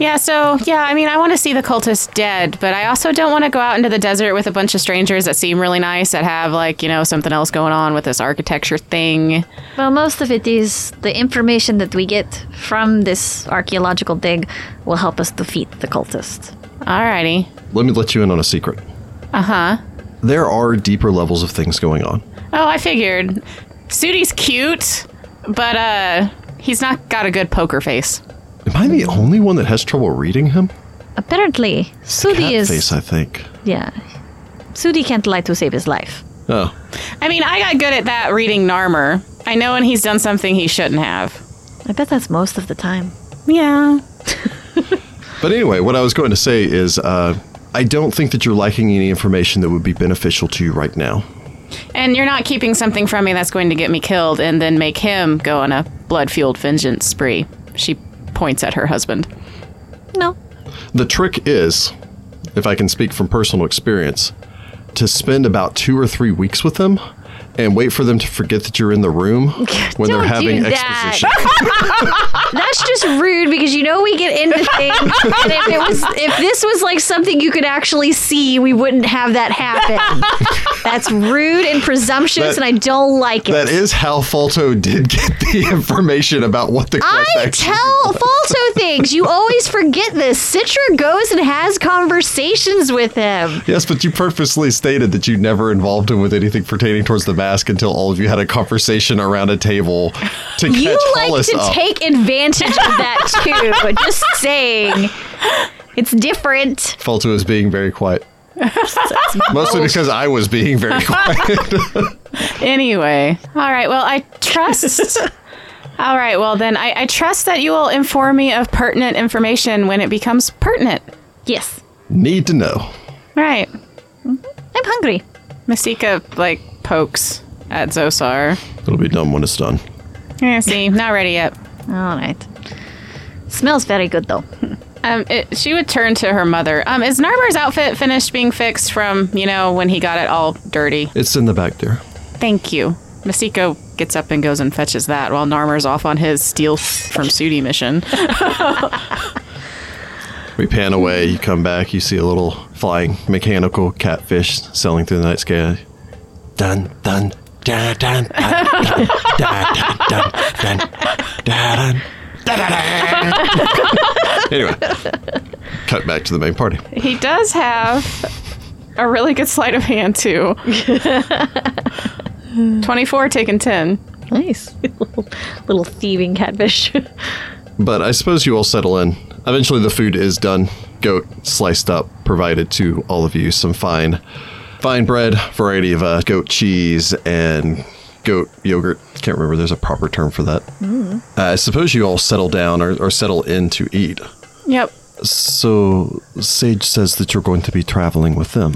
S2: yeah. So yeah, I mean, I want to see the cultists dead, but I also don't want to go out into the desert with a bunch of strangers that seem really nice that have like you know something else going on with this architecture thing.
S3: Well, most of it is the information that we get from this archaeological dig will help us defeat the cultist.
S2: Alrighty.
S1: Let me let you in on a secret.
S2: Uh huh.
S1: There are deeper levels of things going on.
S2: Oh, I figured. Sudi's cute, but uh he's not got a good poker face.
S1: Am I the only one that has trouble reading him?
S3: Apparently, Sudi
S1: Cat
S3: is.
S1: face, I think.
S3: Yeah. Sudi can't lie to save his life.
S1: Oh,
S2: I mean, I got good at that reading Narmer. I know when he's done something he shouldn't have.
S3: I bet that's most of the time.
S2: Yeah.
S1: But anyway, what I was going to say is uh, I don't think that you're lacking any information that would be beneficial to you right now.
S2: And you're not keeping something from me that's going to get me killed and then make him go on a blood fueled vengeance spree. She points at her husband.
S3: No.
S1: The trick is, if I can speak from personal experience, to spend about two or three weeks with them and wait for them to forget that you're in the room when
S3: Don't
S1: they're having
S3: do that.
S1: exposition.
S3: That's just rude because you know we get into things. and if it was, if this was like something you could actually see, we wouldn't have that happen. That's rude and presumptuous,
S1: That-
S3: and I don't like it.
S1: That is how Falto did get the information about what the quest
S3: I
S1: actually
S3: tell Falto things. You always forget this. Citra goes and has conversations with him.
S1: Yes, but you purposely stated that you never involved him with anything pertaining towards the mask until all of you had a conversation around a table to
S3: You
S1: catch
S3: like
S1: Hollis
S3: to
S1: up.
S3: take advantage of that too. Just saying. It's different.
S1: Falto was being very quiet. Mostly because I was being very quiet.
S2: Anyway. All right. Well, I trust. All right. Well, then I, I trust that you will inform me of pertinent information when it becomes pertinent.
S3: Yes.
S1: Need to know.
S2: Right.
S3: I'm hungry.
S2: Mystica, like, pokes at Zosar.
S1: It'll be done when it's done.
S2: Yeah, see, not ready yet.
S3: All right. Smells very good though.
S2: Um, it, she would turn to her mother. Um, is Narmer's outfit finished being fixed from, you know, when he got it all dirty?
S1: It's in the back there.
S2: Thank you. Masiko gets up and goes and fetches that while Narmer's off on his steal from Sudi mission.
S1: We pan away, you come back, you see a little flying mechanical catfish sailing through the night sky. Dun dun dun dun dun dun dun dun dun dun dun Anyway, cut back to the main party.
S2: he does have a really good sleight of hand, too. 24 taken 10.
S3: Nice. little, little thieving catfish.
S1: But I suppose you all settle in. Eventually, the food is done. Goat sliced up, provided to all of you some fine, fine bread, variety of uh, goat cheese and goat yogurt. Can't remember. There's a proper term for that. Uh, I suppose you all settle down or, or settle in to eat.
S2: Yep.
S1: So Sage says that you're going to be traveling with them.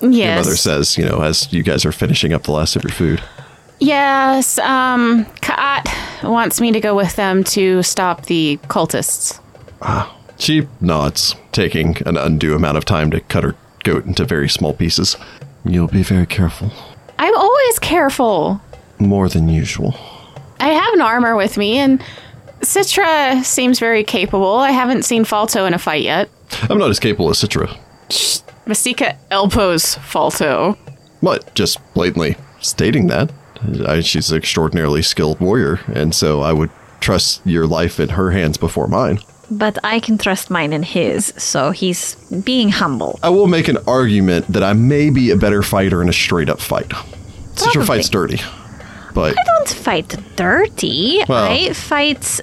S1: Your mother
S2: Yes.
S1: says, you know, as you guys are finishing up the last of your food.
S2: Yes. Um, Ka'at wants me to go with them to stop the cultists.
S1: She nods, taking an undue amount of time to cut her goat into very small pieces. You'll be very careful.
S2: I'm always careful.
S1: More than usual.
S2: I have an armor with me, and Citra seems very capable. I haven't seen Falto in a fight yet.
S1: I'm not as capable as Citra,
S2: Masika elbows Falto.
S1: but just blatantly stating that. I, she's an extraordinarily skilled warrior, and so I would trust your life in her hands before mine.
S3: but I can trust mine and his, so he's being humble.
S1: I will make an argument that I may be a better fighter in a straight up fight. Citra
S3: Probably.
S1: fights dirty, but
S3: I don't fight dirty.
S1: Well-
S3: I fight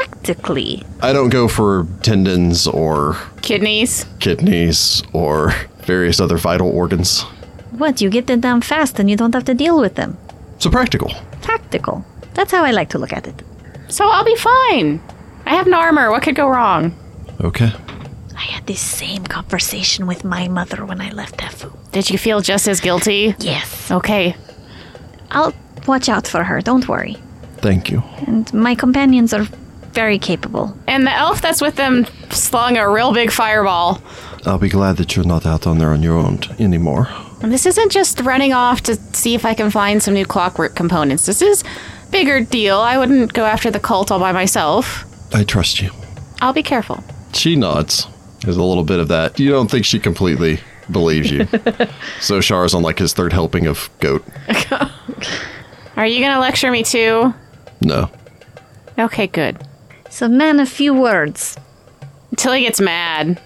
S3: tactically.
S1: I don't go for tendons or
S2: Kidneys.
S1: kidneys or various other vital organs.
S3: What? You get them down fast and you don't have to deal with them.
S1: So practical.
S3: Tactical. That's how I like to look at it.
S2: So I'll be fine. I have an armor. What could go wrong?
S1: Okay.
S3: I had this same conversation with my mother when I left Hefu.
S2: Did you feel just as guilty?
S3: Yes.
S2: Okay.
S3: I'll watch out for her, don't worry.
S1: Thank you.
S3: And my companions are very capable.
S2: And the elf that's with them slung a real big fireball.
S1: I'll be glad that you're not out on there on your own anymore.
S2: And this isn't just running off to see if I can find some new clockwork components. This is bigger deal. I wouldn't go after the cult all by myself.
S1: I trust you.
S2: I'll be careful.
S1: She nods. There's a little bit of that. You don't think she completely believes you. so Char's on like his third helping of goat.
S2: Are you gonna lecture me too?
S1: No.
S2: Okay, good.
S3: So, man, a few words.
S2: Until he gets mad.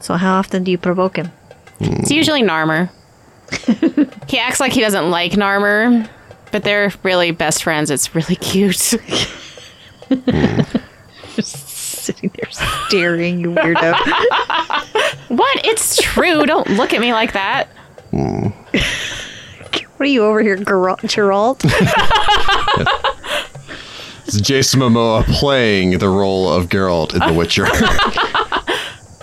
S3: So, how often do you provoke him?
S2: It's usually Narmer. he acts like he doesn't like Narmer, but they're really best friends. It's really cute.
S3: Sitting there staring, you weirdo.
S2: what? It's true. Don't look at me like that.
S3: what are you over here, Geralt? Geralt?
S1: It's Jason Momoa playing the role of Geralt in The Witcher.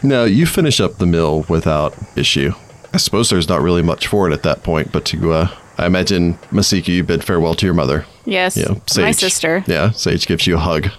S1: no, you finish up the meal without issue. I suppose there's not really much for it at that point, but to, uh, I imagine, Masika, you bid farewell to your mother.
S2: Yes,
S1: Yeah, Sage.
S2: my sister.
S1: Yeah, Sage gives you a hug.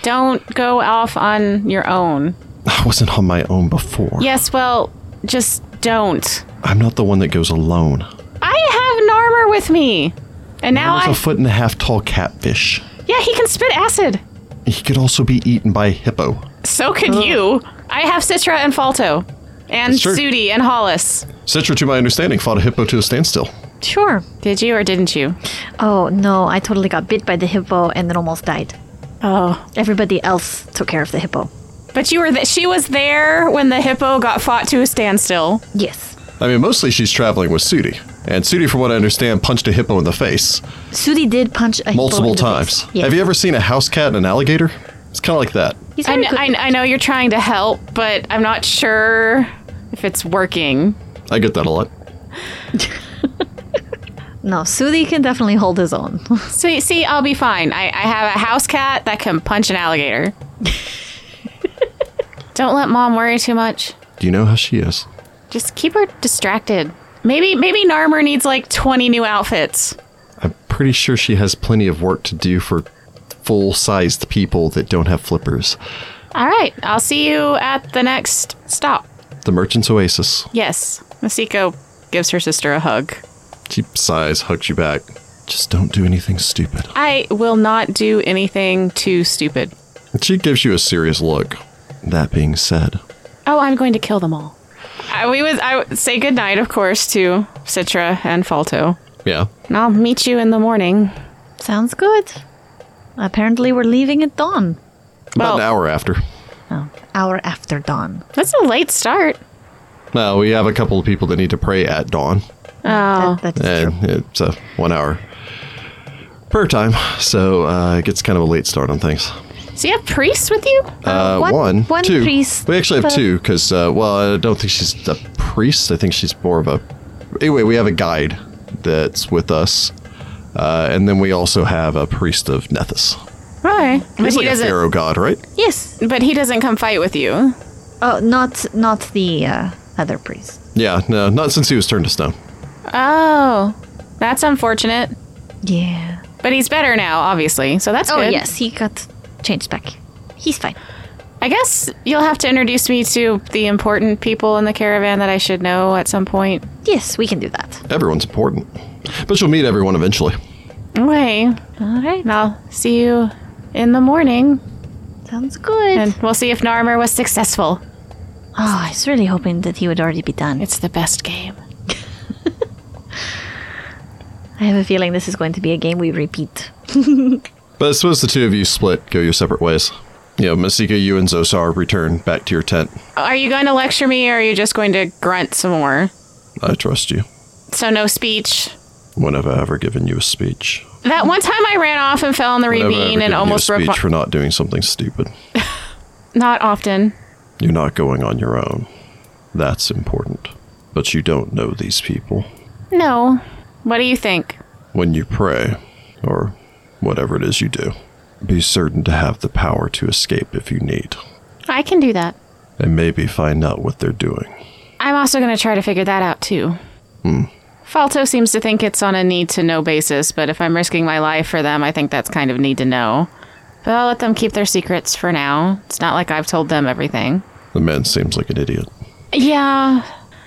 S2: Don't go off on your own.
S1: I wasn't on my own before.
S2: Yes, well, just don't.
S1: I'm not the one that goes alone.
S2: I have Narmer with me, and now
S1: There's
S2: I
S1: a foot and a half tall catfish.
S2: yeah he can spit acid.
S1: He could also be eaten by a hippo.
S2: So could you. I have Citra and Falto, and
S1: That's true.
S2: Sudi and Hollis.
S1: Citra, to my understanding, fought a hippo to a standstill.
S3: Sure.
S2: Did you or didn't you?
S3: Oh no, I totally got bit by the hippo and then almost died.
S2: Oh,
S3: Everybody else took care of the hippo.
S2: but you were. Th- she was there when the hippo got fought to a standstill.
S3: Yes.
S1: I mean, mostly she's traveling with Sudi. And Sudi, from what I understand, punched a hippo in the face
S3: Sudi did punch a hippo
S1: multiple
S3: in the
S1: times.
S3: face. Yes.
S1: Have you ever seen a house cat and an alligator? It's kind of like that.
S3: He's
S2: I,
S3: very
S2: kn-
S3: good.
S2: I, kn- I know you're trying to help, but I'm not sure if it's working.
S1: I get that a lot.
S3: no, Sudi can definitely hold his own.
S2: So you see, I'll be fine. I, I have a house cat that can punch an alligator. Don't let mom worry too much.
S1: Do you know how she is?
S2: Just keep her distracted. Maybe maybe Narmer needs like 20 new outfits.
S1: I'm pretty sure she has plenty of work to do for full sized people that don't have flippers.
S2: All right, I'll see you at the next stop.
S1: The Merchant's Oasis.
S2: Yes, Masiko gives her sister a hug.
S1: She sighs, hugs you back. Just don't do anything stupid.
S2: I will not do anything too stupid.
S1: She gives you a serious look. That being said,
S2: Oh, I'm going to kill them all. I, we was I would say goodnight, of course, to Citra and Falto.
S1: yeah,
S2: And I'll meet you in the morning.
S3: Sounds good. Apparently, we're leaving at dawn.
S1: about
S2: Well-
S1: an hour after.
S3: Oh, hour after dawn.
S2: That's a late start.
S1: Now we have a couple of people that need to pray at dawn,
S2: Oh,
S3: That, that is true.
S1: and it's a one hour prayer time, so uh, it gets kind of a late start on things.
S2: so you have priests with you?
S1: Uh,
S3: Oh, one-
S1: one,
S3: one
S1: two.
S3: priest,
S1: We actually have
S3: uh,
S1: two because, uh, well, I don't think she's a priest. I think she's more of a. Anyway, we have a guide that's with us, uh, and then we also have a priest of Nethus.
S2: Right. But
S1: He's
S2: he
S1: like a
S2: doesn't.
S1: pharaoh god, right?
S3: Yes.
S2: But he doesn't come fight with you.
S3: Oh, not not the uh, other priest.
S1: Yeah, no, not since he was turned to stone.
S2: Oh, that's unfortunate.
S3: Yeah.
S2: But he's better now, obviously. So that's
S3: Oh
S2: good.
S3: yes, he got changed back. He's fine.
S2: I guess you'll have to introduce me to the important people in the caravan that I should know at some point.
S3: Yes, we can do that.
S1: Everyone's important, but you'll meet everyone eventually.
S2: Okay.
S3: All right.
S2: And I'll see you in the morning.
S3: Sounds good.
S2: And we'll see if Narmer was successful.
S3: oh, I was really hoping that he would already be done.
S2: It's the best game.
S3: I have a feeling this is going to be a game we repeat.
S1: But I suppose the two of you split, go your separate ways. You know, Masika, you and Zosar return back to your tent.
S2: Are you going to lecture me or are you just going to grunt some more?
S1: I trust you.
S2: So no speech.
S1: When have I ever given you a speech?
S2: That one time I ran off and fell in the
S1: When have I ever
S2: ravine
S1: given
S2: and
S1: you a
S2: almost broke
S1: speech
S2: my.
S1: for not doing something stupid.
S2: Not often.
S1: You're not going on your own. That's important. But you don't know these people.
S2: No. What do you think?
S1: When you pray, or whatever it is you do, be certain to have the power to escape if you need,
S2: I can do that.
S1: and maybe find out what they're doing.
S2: I'm also going to try to figure that out too.
S1: Hmm.
S2: Falto seems to think it's on a need to know basis, but if I'm risking my life for them, I think that's kind of need to know. But I'll let them keep their secrets for now. It's not like I've told them everything.
S1: The man seems like an idiot,
S2: Yeah,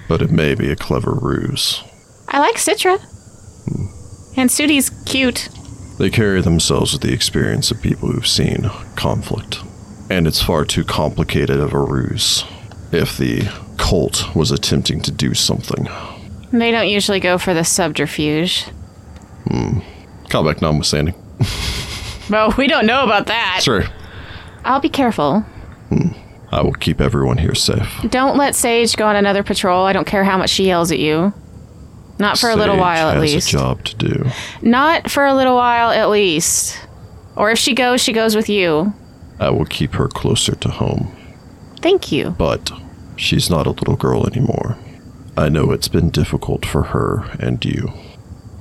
S1: but it may be a clever ruse.
S2: I like Citra.
S1: Hmm.
S2: And Sudi's cute.
S1: They carry themselves with the experience of people who've seen conflict, and it's far too complicated of a ruse. If the cult was attempting to do something,
S2: They don't usually go for the subterfuge.
S1: callback notwithstanding.
S2: Well, we don't know about that.
S1: Sure,
S2: I'll be careful.
S1: I will keep everyone here safe.
S2: Don't let Sage go on another patrol. I don't care how much she yells at you. Not for a little
S1: Sage
S2: while, at
S1: has
S2: least.
S1: a job to do.
S2: Not for a little while, at least. Or if she goes, she goes with you.
S1: I will keep her closer to home,
S2: Thank you.
S1: but she's not a little girl anymore. I know it's been difficult for her and you.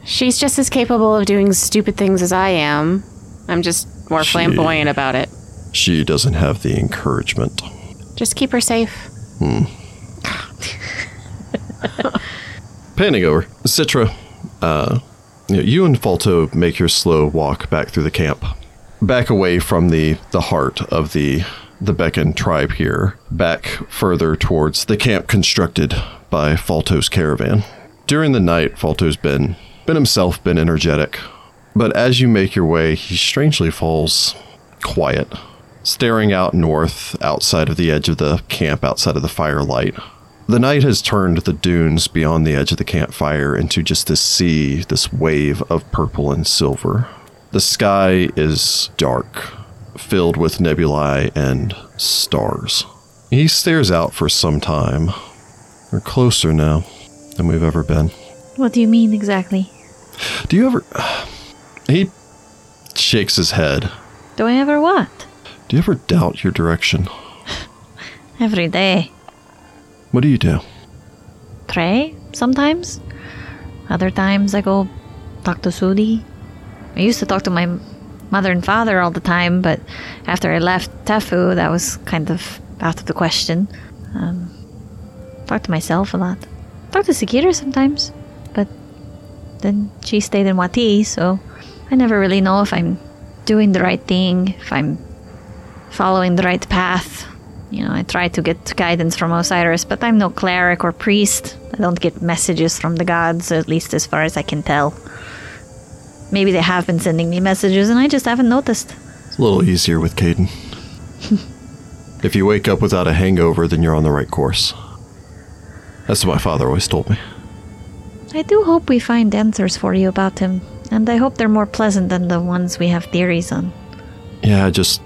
S2: She's just as capable of doing stupid things as I am. I'm just more
S1: She-
S2: flamboyant about it.
S1: She doesn't have the encouragement.
S2: Just keep her safe.
S1: Panning over, Citra, uh, you, know, you and Falto make your slow walk back through the camp, back away from the the heart of the the Beckon tribe here, back further towards the camp constructed by Falto's caravan. During the night, Falto's been been himself, been energetic, but as you make your way, he strangely falls quiet, staring out north, outside of the edge of the camp, outside of the firelight. The night has turned the dunes beyond the edge of the campfire into just this sea, this wave of purple and silver. The sky is dark, filled with nebulae and stars. He stares out for some time. We're closer now than we've ever been.
S3: What do you mean exactly?
S1: Do you ever. He shakes his head.
S3: Do I ever what?
S1: Do you ever doubt your direction?
S3: Every day.
S1: What do you do?
S3: Pray sometimes. Other times I go talk to Sudi. I used to talk to my mother and father all the time, but after I left Tafu, that was kind of out of the question. Um, talk to myself a lot. Talk to Sekiro sometimes, but then she stayed in Wati, so I never really know if I'm doing the right thing, if I'm following the right path. You know, I try to get guidance from Osiris, but I'm no cleric or priest. I don't get messages from the gods, at least as far as I can tell. Maybe they have been sending me messages and I just haven't noticed.
S1: It's a little easier with Caden. if you wake up without a hangover, then you're on the right course. That's what my father always told me.
S3: I do hope we find answers for you about him, and I hope they're more pleasant than the ones we have theories on.
S1: Yeah, I just.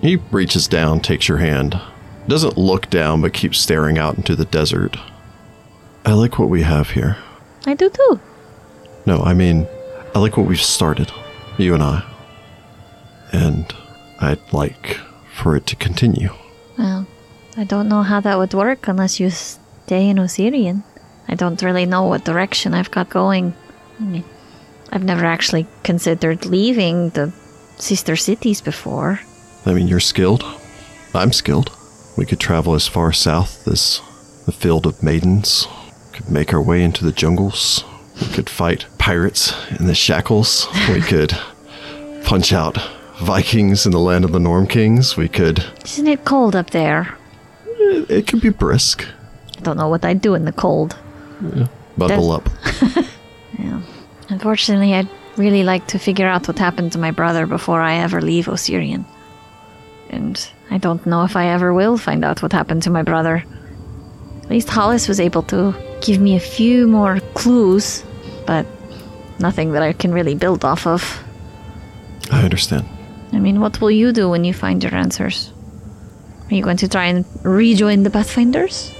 S1: He reaches down, takes your hand. Doesn't look down, but keeps staring out into the desert. I like what we have here.
S3: I do too.
S1: No, I mean, I like what we've started, you and I. And I'd like for it to continue.
S3: Well, I don't know how that would work unless you stay in Osirian. I don't really know what direction I've got going. I mean, I've never actually considered leaving the sister cities before.
S1: I mean, you're skilled. I'm skilled. We could travel as far south as the Field of Maidens. Could make our way into the jungles. We could fight pirates in the shackles. We could punch out Vikings in the land of the Norm Kings. We could.
S3: Isn't it cold up there?
S1: It, it could be brisk.
S3: I don't know what I'd do in the cold.
S1: Bundle up.
S3: Yeah. Unfortunately, I'd really like to figure out what happened to my brother before I ever leave Osirian. And I don't know if I ever will find out what happened to my brother. At least Hollis was able to give me a few more clues, but nothing that I can really build off of.
S1: I understand.
S3: I mean, what will you do when you find your answers? Are you going to try and rejoin the Pathfinders?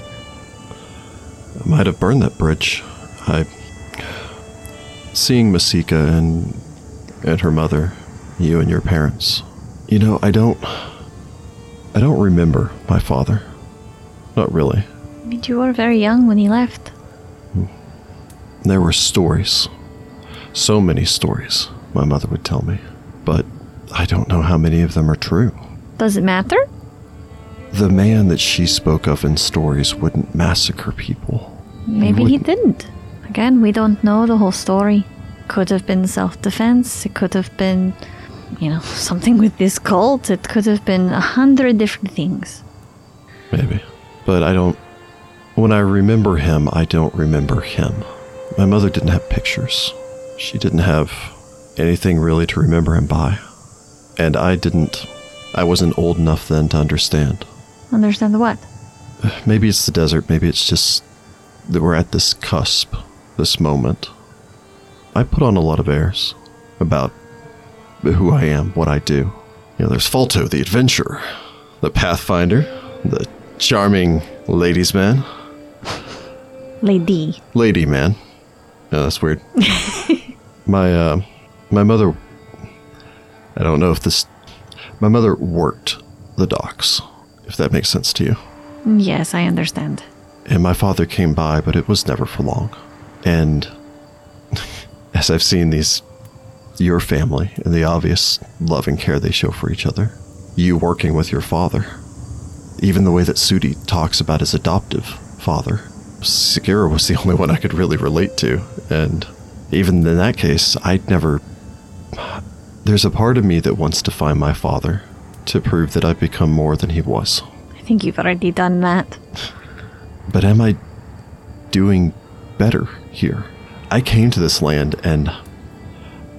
S1: I might have burned that bridge. I. Seeing Masika and. and her mother, you and your parents. You know, I don't. I don't remember my father. Not really.
S3: I mean, you were very young when he left.
S1: There were stories. So many stories, my mother would tell me. But I don't know how many of them are true.
S3: Does it matter?
S1: The man that she spoke of in stories wouldn't massacre people.
S3: Maybe he
S1: wouldn't.
S3: didn't. Again, we don't know the whole story. Could have been self defense. It could have been, you know, something with this cult. It could have been a hundred different things.
S1: Maybe. But I don't. When I remember him, I don't remember him. My mother didn't have pictures. She didn't have anything really to remember him by. And I didn't. I wasn't old enough then to understand.
S3: Understand what?
S1: Maybe it's the desert. Maybe it's just that we're at this cusp, this moment. I put on a lot of airs about who I am, what I do. You know, there's Falto, the adventurer, the pathfinder, the charming ladies' man,
S3: Lady.
S1: lady man. No, that's weird. my uh, my mother. I don't know if this. My mother worked the docks, if that makes sense to you.
S3: Yes, I understand.
S1: And my father came by, but it was never for long. And as I've seen these, your family and the obvious love and care they show for each other, you working with your father, even the way that Sudi talks about his adoptive father, Segura was the only one I could really relate to. And even in that case, I'd never. There's a part of me that wants to find my father to prove that I've become more than he was.
S3: I think you've already done that.
S1: But am I doing better here? I came to this land and.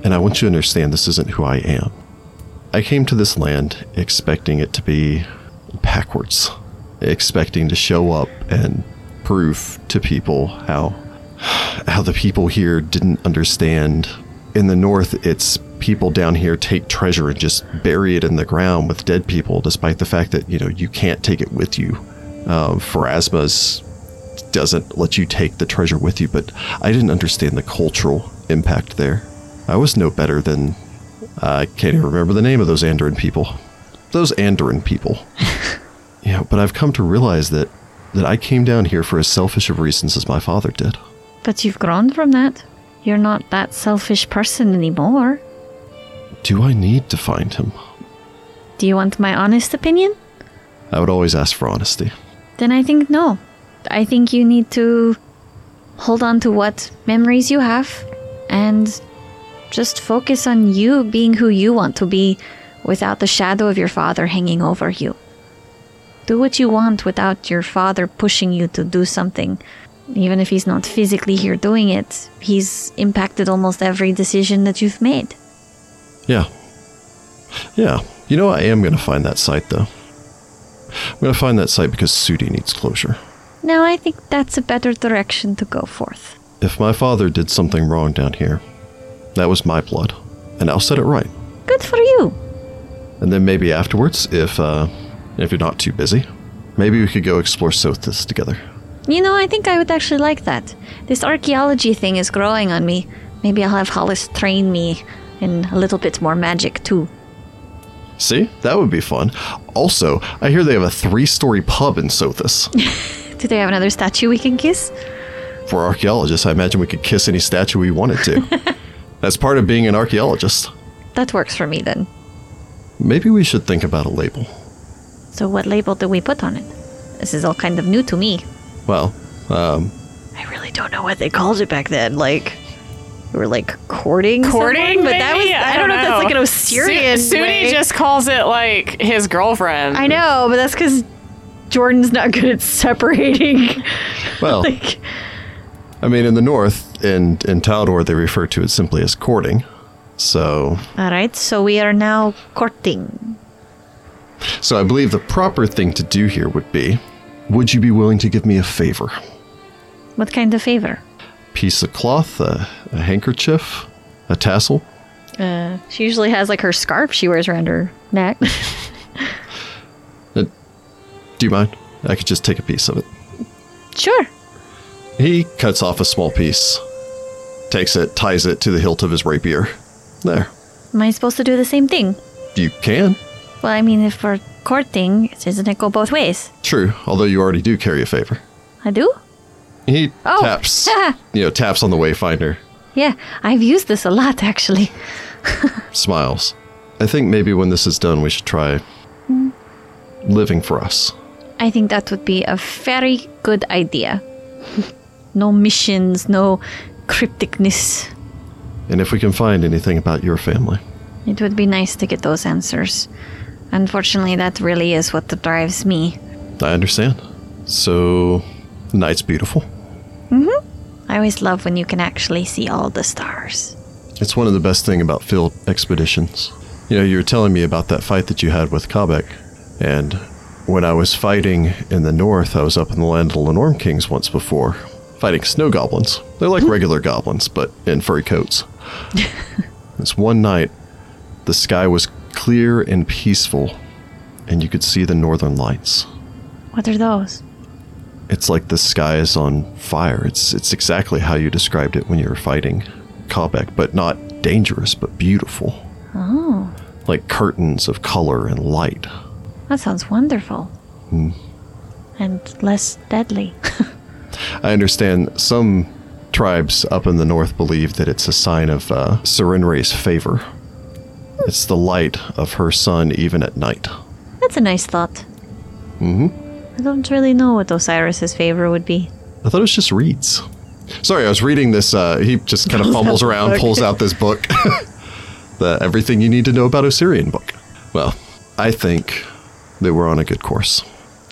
S1: And I want you to understand this isn't who I am. I came to this land expecting it to be backwards, expecting to show up and prove to people how how the people here didn't understand. In the north, it's people down here take treasure and just bury it in the ground with dead people, despite the fact that you know you can't take it with you. Um, Pharasma's doesn't let you take the treasure with you, but I didn't understand the cultural impact there. I was no better than I can't even remember the name of those Andoran people. Those Andoran people. yeah, but I've come to realize that that I came down here for as selfish of reasons as my father did.
S3: But you've grown from that. You're not that selfish person anymore.
S1: Do I need to find him?
S3: Do you want my honest opinion?
S1: I would always ask for honesty.
S3: Then I think no. I think you need to hold on to what memories you have and just focus on you being who you want to be without the shadow of your father hanging over you. Do what you want without your father pushing you to do something. Even if he's not physically here doing it, he's impacted almost every decision that you've made.
S1: Yeah. Yeah. You know, I am going to find that site, though. I'm going to find that site because Sudi needs closure.
S3: Now I think that's a better direction to go forth.
S1: If my father did something wrong down here, that was my blood, and I'll set it right.
S3: Good for you.
S1: And then maybe afterwards, if uh, if you're not too busy, maybe we could go explore Sothis together.
S3: You know, I think I would actually like that. This archaeology thing is growing on me. Maybe I'll have Hollis train me in a little bit more magic too.
S1: See, that would be fun. Also, I hear they have a three-story pub in Sothis.
S3: Do they have another statue we can kiss?
S1: For archaeologists, I imagine we could kiss any statue we wanted to. That's part of being an archaeologist.
S3: That works for me then.
S1: Maybe we should think about a label.
S3: So what label do we put on it? This is all kind of new to me.
S1: Well, um,
S3: I really don't know what they called it back then. Like we were like courting,
S2: Courting,
S3: someone, but that was
S2: maybe?
S3: I, don't know. if that's like an Osirian.
S2: Su- Sudi
S3: way.
S2: just calls it like his girlfriend.
S3: I know, but that's because Jordan's not good at separating.
S1: well.
S3: like
S1: I mean, in the north, in in Taldor, they refer to it simply as courting. So,
S3: all right, so we are now courting.
S1: so I believe the proper thing to do here would be: Would you be willing to give me a favor?
S3: What kind of favor?
S1: Piece of cloth, a, a handkerchief, a tassel.
S3: Uh, she usually has like her scarf she wears around her neck.
S1: Uh, do you mind? I could just take a piece of it.
S3: sure.
S1: He cuts off a small piece, takes it, ties it to the hilt of his rapier. There.
S3: Am I supposed to do the same thing?
S1: You can.
S3: Well, I mean, if we're courting, doesn't it go both ways?
S1: True, although you already do carry a favor.
S3: I do?
S1: He
S3: Oh,
S1: taps, you know, taps on the wayfinder.
S3: Yeah, I've used this a lot actually.
S1: smiles. I think maybe when this is done, we should try living for us.
S3: I think that would be a very good idea. no missions, no crypticness.
S1: And if we can find anything about your family,
S3: It would be nice to get those answers. Unfortunately, that really is what drives me.
S1: I understand. So, night's beautiful.
S3: I always love when you can actually see all the stars.
S1: It's one of the best thing about field expeditions. You know, you were telling me about that fight that you had with Kabek, and when I was fighting in the north, I was up in the land of the Lenorm Kings once before, fighting snow goblins. They're like regular goblins, but in furry coats. this one night, the sky was clear and peaceful, and you could see the northern lights.
S3: What are those?
S1: It's like the sky is on fire. It's it's exactly how you described it when you were fighting Kabek, but not dangerous, but beautiful.
S3: Oh,
S1: Like curtains of color and light.
S3: that sounds wonderful. And less deadly.
S1: I understand some tribes up in the north believe that it's a sign of uh, Serenre's favor. It's the light of her sun even at night.
S3: That's a nice thought. Mm hmm. I don't really know what Osiris's favor would be.
S1: I thought it was just reeds. Sorry, I was reading this. Uh, he just kind of fumbles around,
S3: book.
S1: pulls out this book, the Everything You Need to Know About Osirian book. Well, I think that we're on a good course.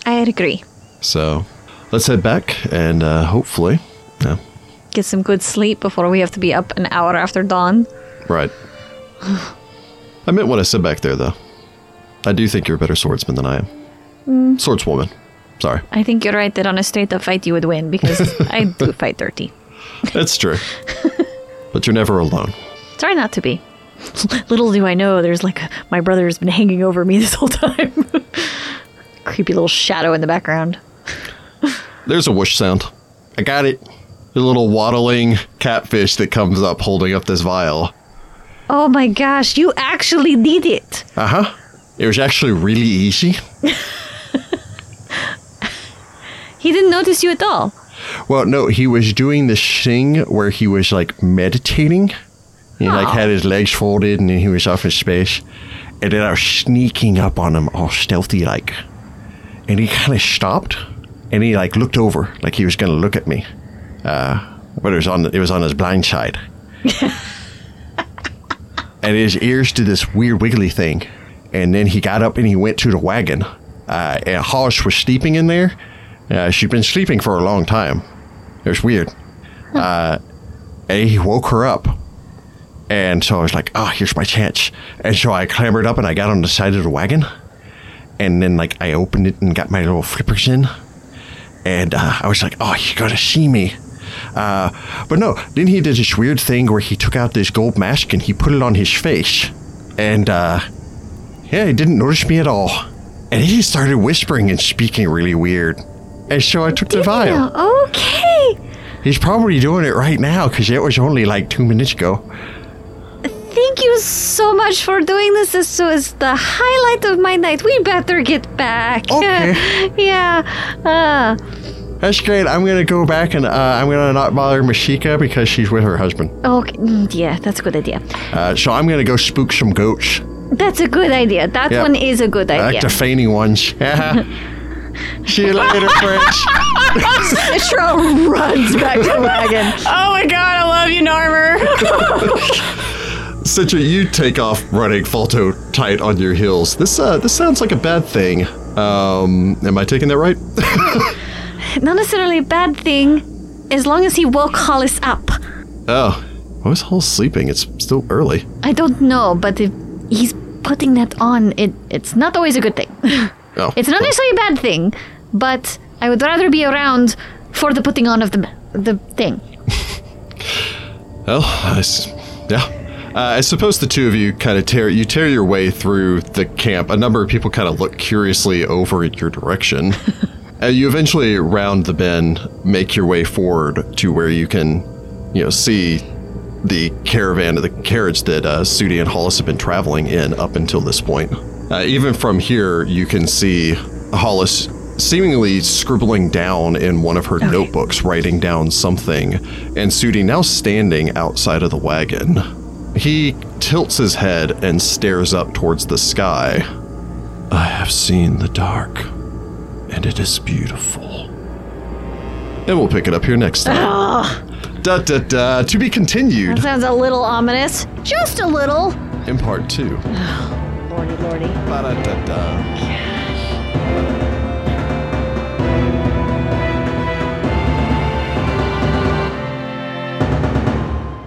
S3: I agree.
S1: So let's head back and uh, hopefully, yeah,
S3: Get some good sleep before we have to be up an hour after dawn.
S1: right. I meant what I said back there, though. I do think you're a better swordsman than I am. Mm. Swordswoman. Sorry.
S3: I think you're right that on a straight up fight you would win because I do fight dirty.
S1: That's true. but you're never alone.
S3: Try not to be. little do I know, there's like my brother has been hanging over me this whole time. Creepy little shadow in the background.
S1: There's a whoosh sound. I got it. The little waddling catfish that comes up holding up this vial.
S3: Oh my gosh, you actually did it!
S1: Uh huh. It was actually really easy.
S3: He didn't notice you at all.
S1: Well, no, he was doing this thing where he was like meditating. He like
S3: Aw.
S1: had his legs folded and he was off in space. And then I was sneaking up on him all stealthy like. And he kind of stopped and he like looked over like he was going to look at me. Uh, but it was on it was on his blind side. and his ears did this weird wiggly thing. And then he got up and he went to the wagon. Uh, and Hosh was sleeping in there. Uh, she'd been sleeping for a long time. It was weird. Uh, and he woke her up. And so I was like, oh, here's my chance. And so I clambered up and I got on the side of the wagon. And then, like, I opened it and got my little flippers in. And uh, I was like, oh, he's going to see me. Uh, but no, then he did this weird thing where he took out this gold mask and he put it on his face. And uh, yeah, he didn't notice me at all. And he started whispering and speaking really weird. And so I took the vial.
S3: Oh, okay!
S1: He's probably doing it right now because it was only like two minutes ago.
S3: Thank you so much for doing this. This was the highlight of my night. We better get back.
S1: Okay.
S3: yeah. Uh,
S1: That's great. I'm gonna go back and uh, I'm gonna not bother Mashika because she's with her husband.
S3: okay. mm, Yeah, that's a good idea.
S1: Uh, so I'm gonna go spook some goats,
S3: That's a good idea. That
S1: Yeah.
S3: one is a good
S1: like
S3: idea.
S1: the feigning ones. Yeah. See you later, friends.
S3: Citro runs back to the wagon.
S2: Oh my god, I love you, Narmer.
S1: Citra, you take off running Falto tight on your heels. This uh, this sounds like a bad thing. Um, am I taking that right?
S3: Not necessarily a bad thing, as long as he woke Hollis up.
S1: oh, why was Hull sleeping? It's still early.
S3: I don't know, but if he's putting that on, it it's not always a good thing.
S1: Oh,
S3: It's not
S1: well,
S3: necessarily a bad thing, but I would rather be around for the putting on of the the thing.
S1: Well, I s yeah. Uh, I suppose the two of you kind of tear you tear your way through the camp. A number of people kind of look curiously over at your direction. uh, you eventually round the bend, make your way forward to where you can, you know, see the caravan or the carriage that uh, Sudi and Hollis have been traveling in up until this point. Uh, even from here, you can see Hollis seemingly scribbling down in one of her notebooks, writing down something, and Sudi now standing outside of the wagon. He tilts his head and stares up towards the sky. I have seen the dark, and it is beautiful. And we'll pick it up here next time. Da, da, da, to be continued.
S3: Sounds a little ominous. Just a little.
S1: in part two.
S3: Lordy, lordy.
S1: Ba-da-da-da.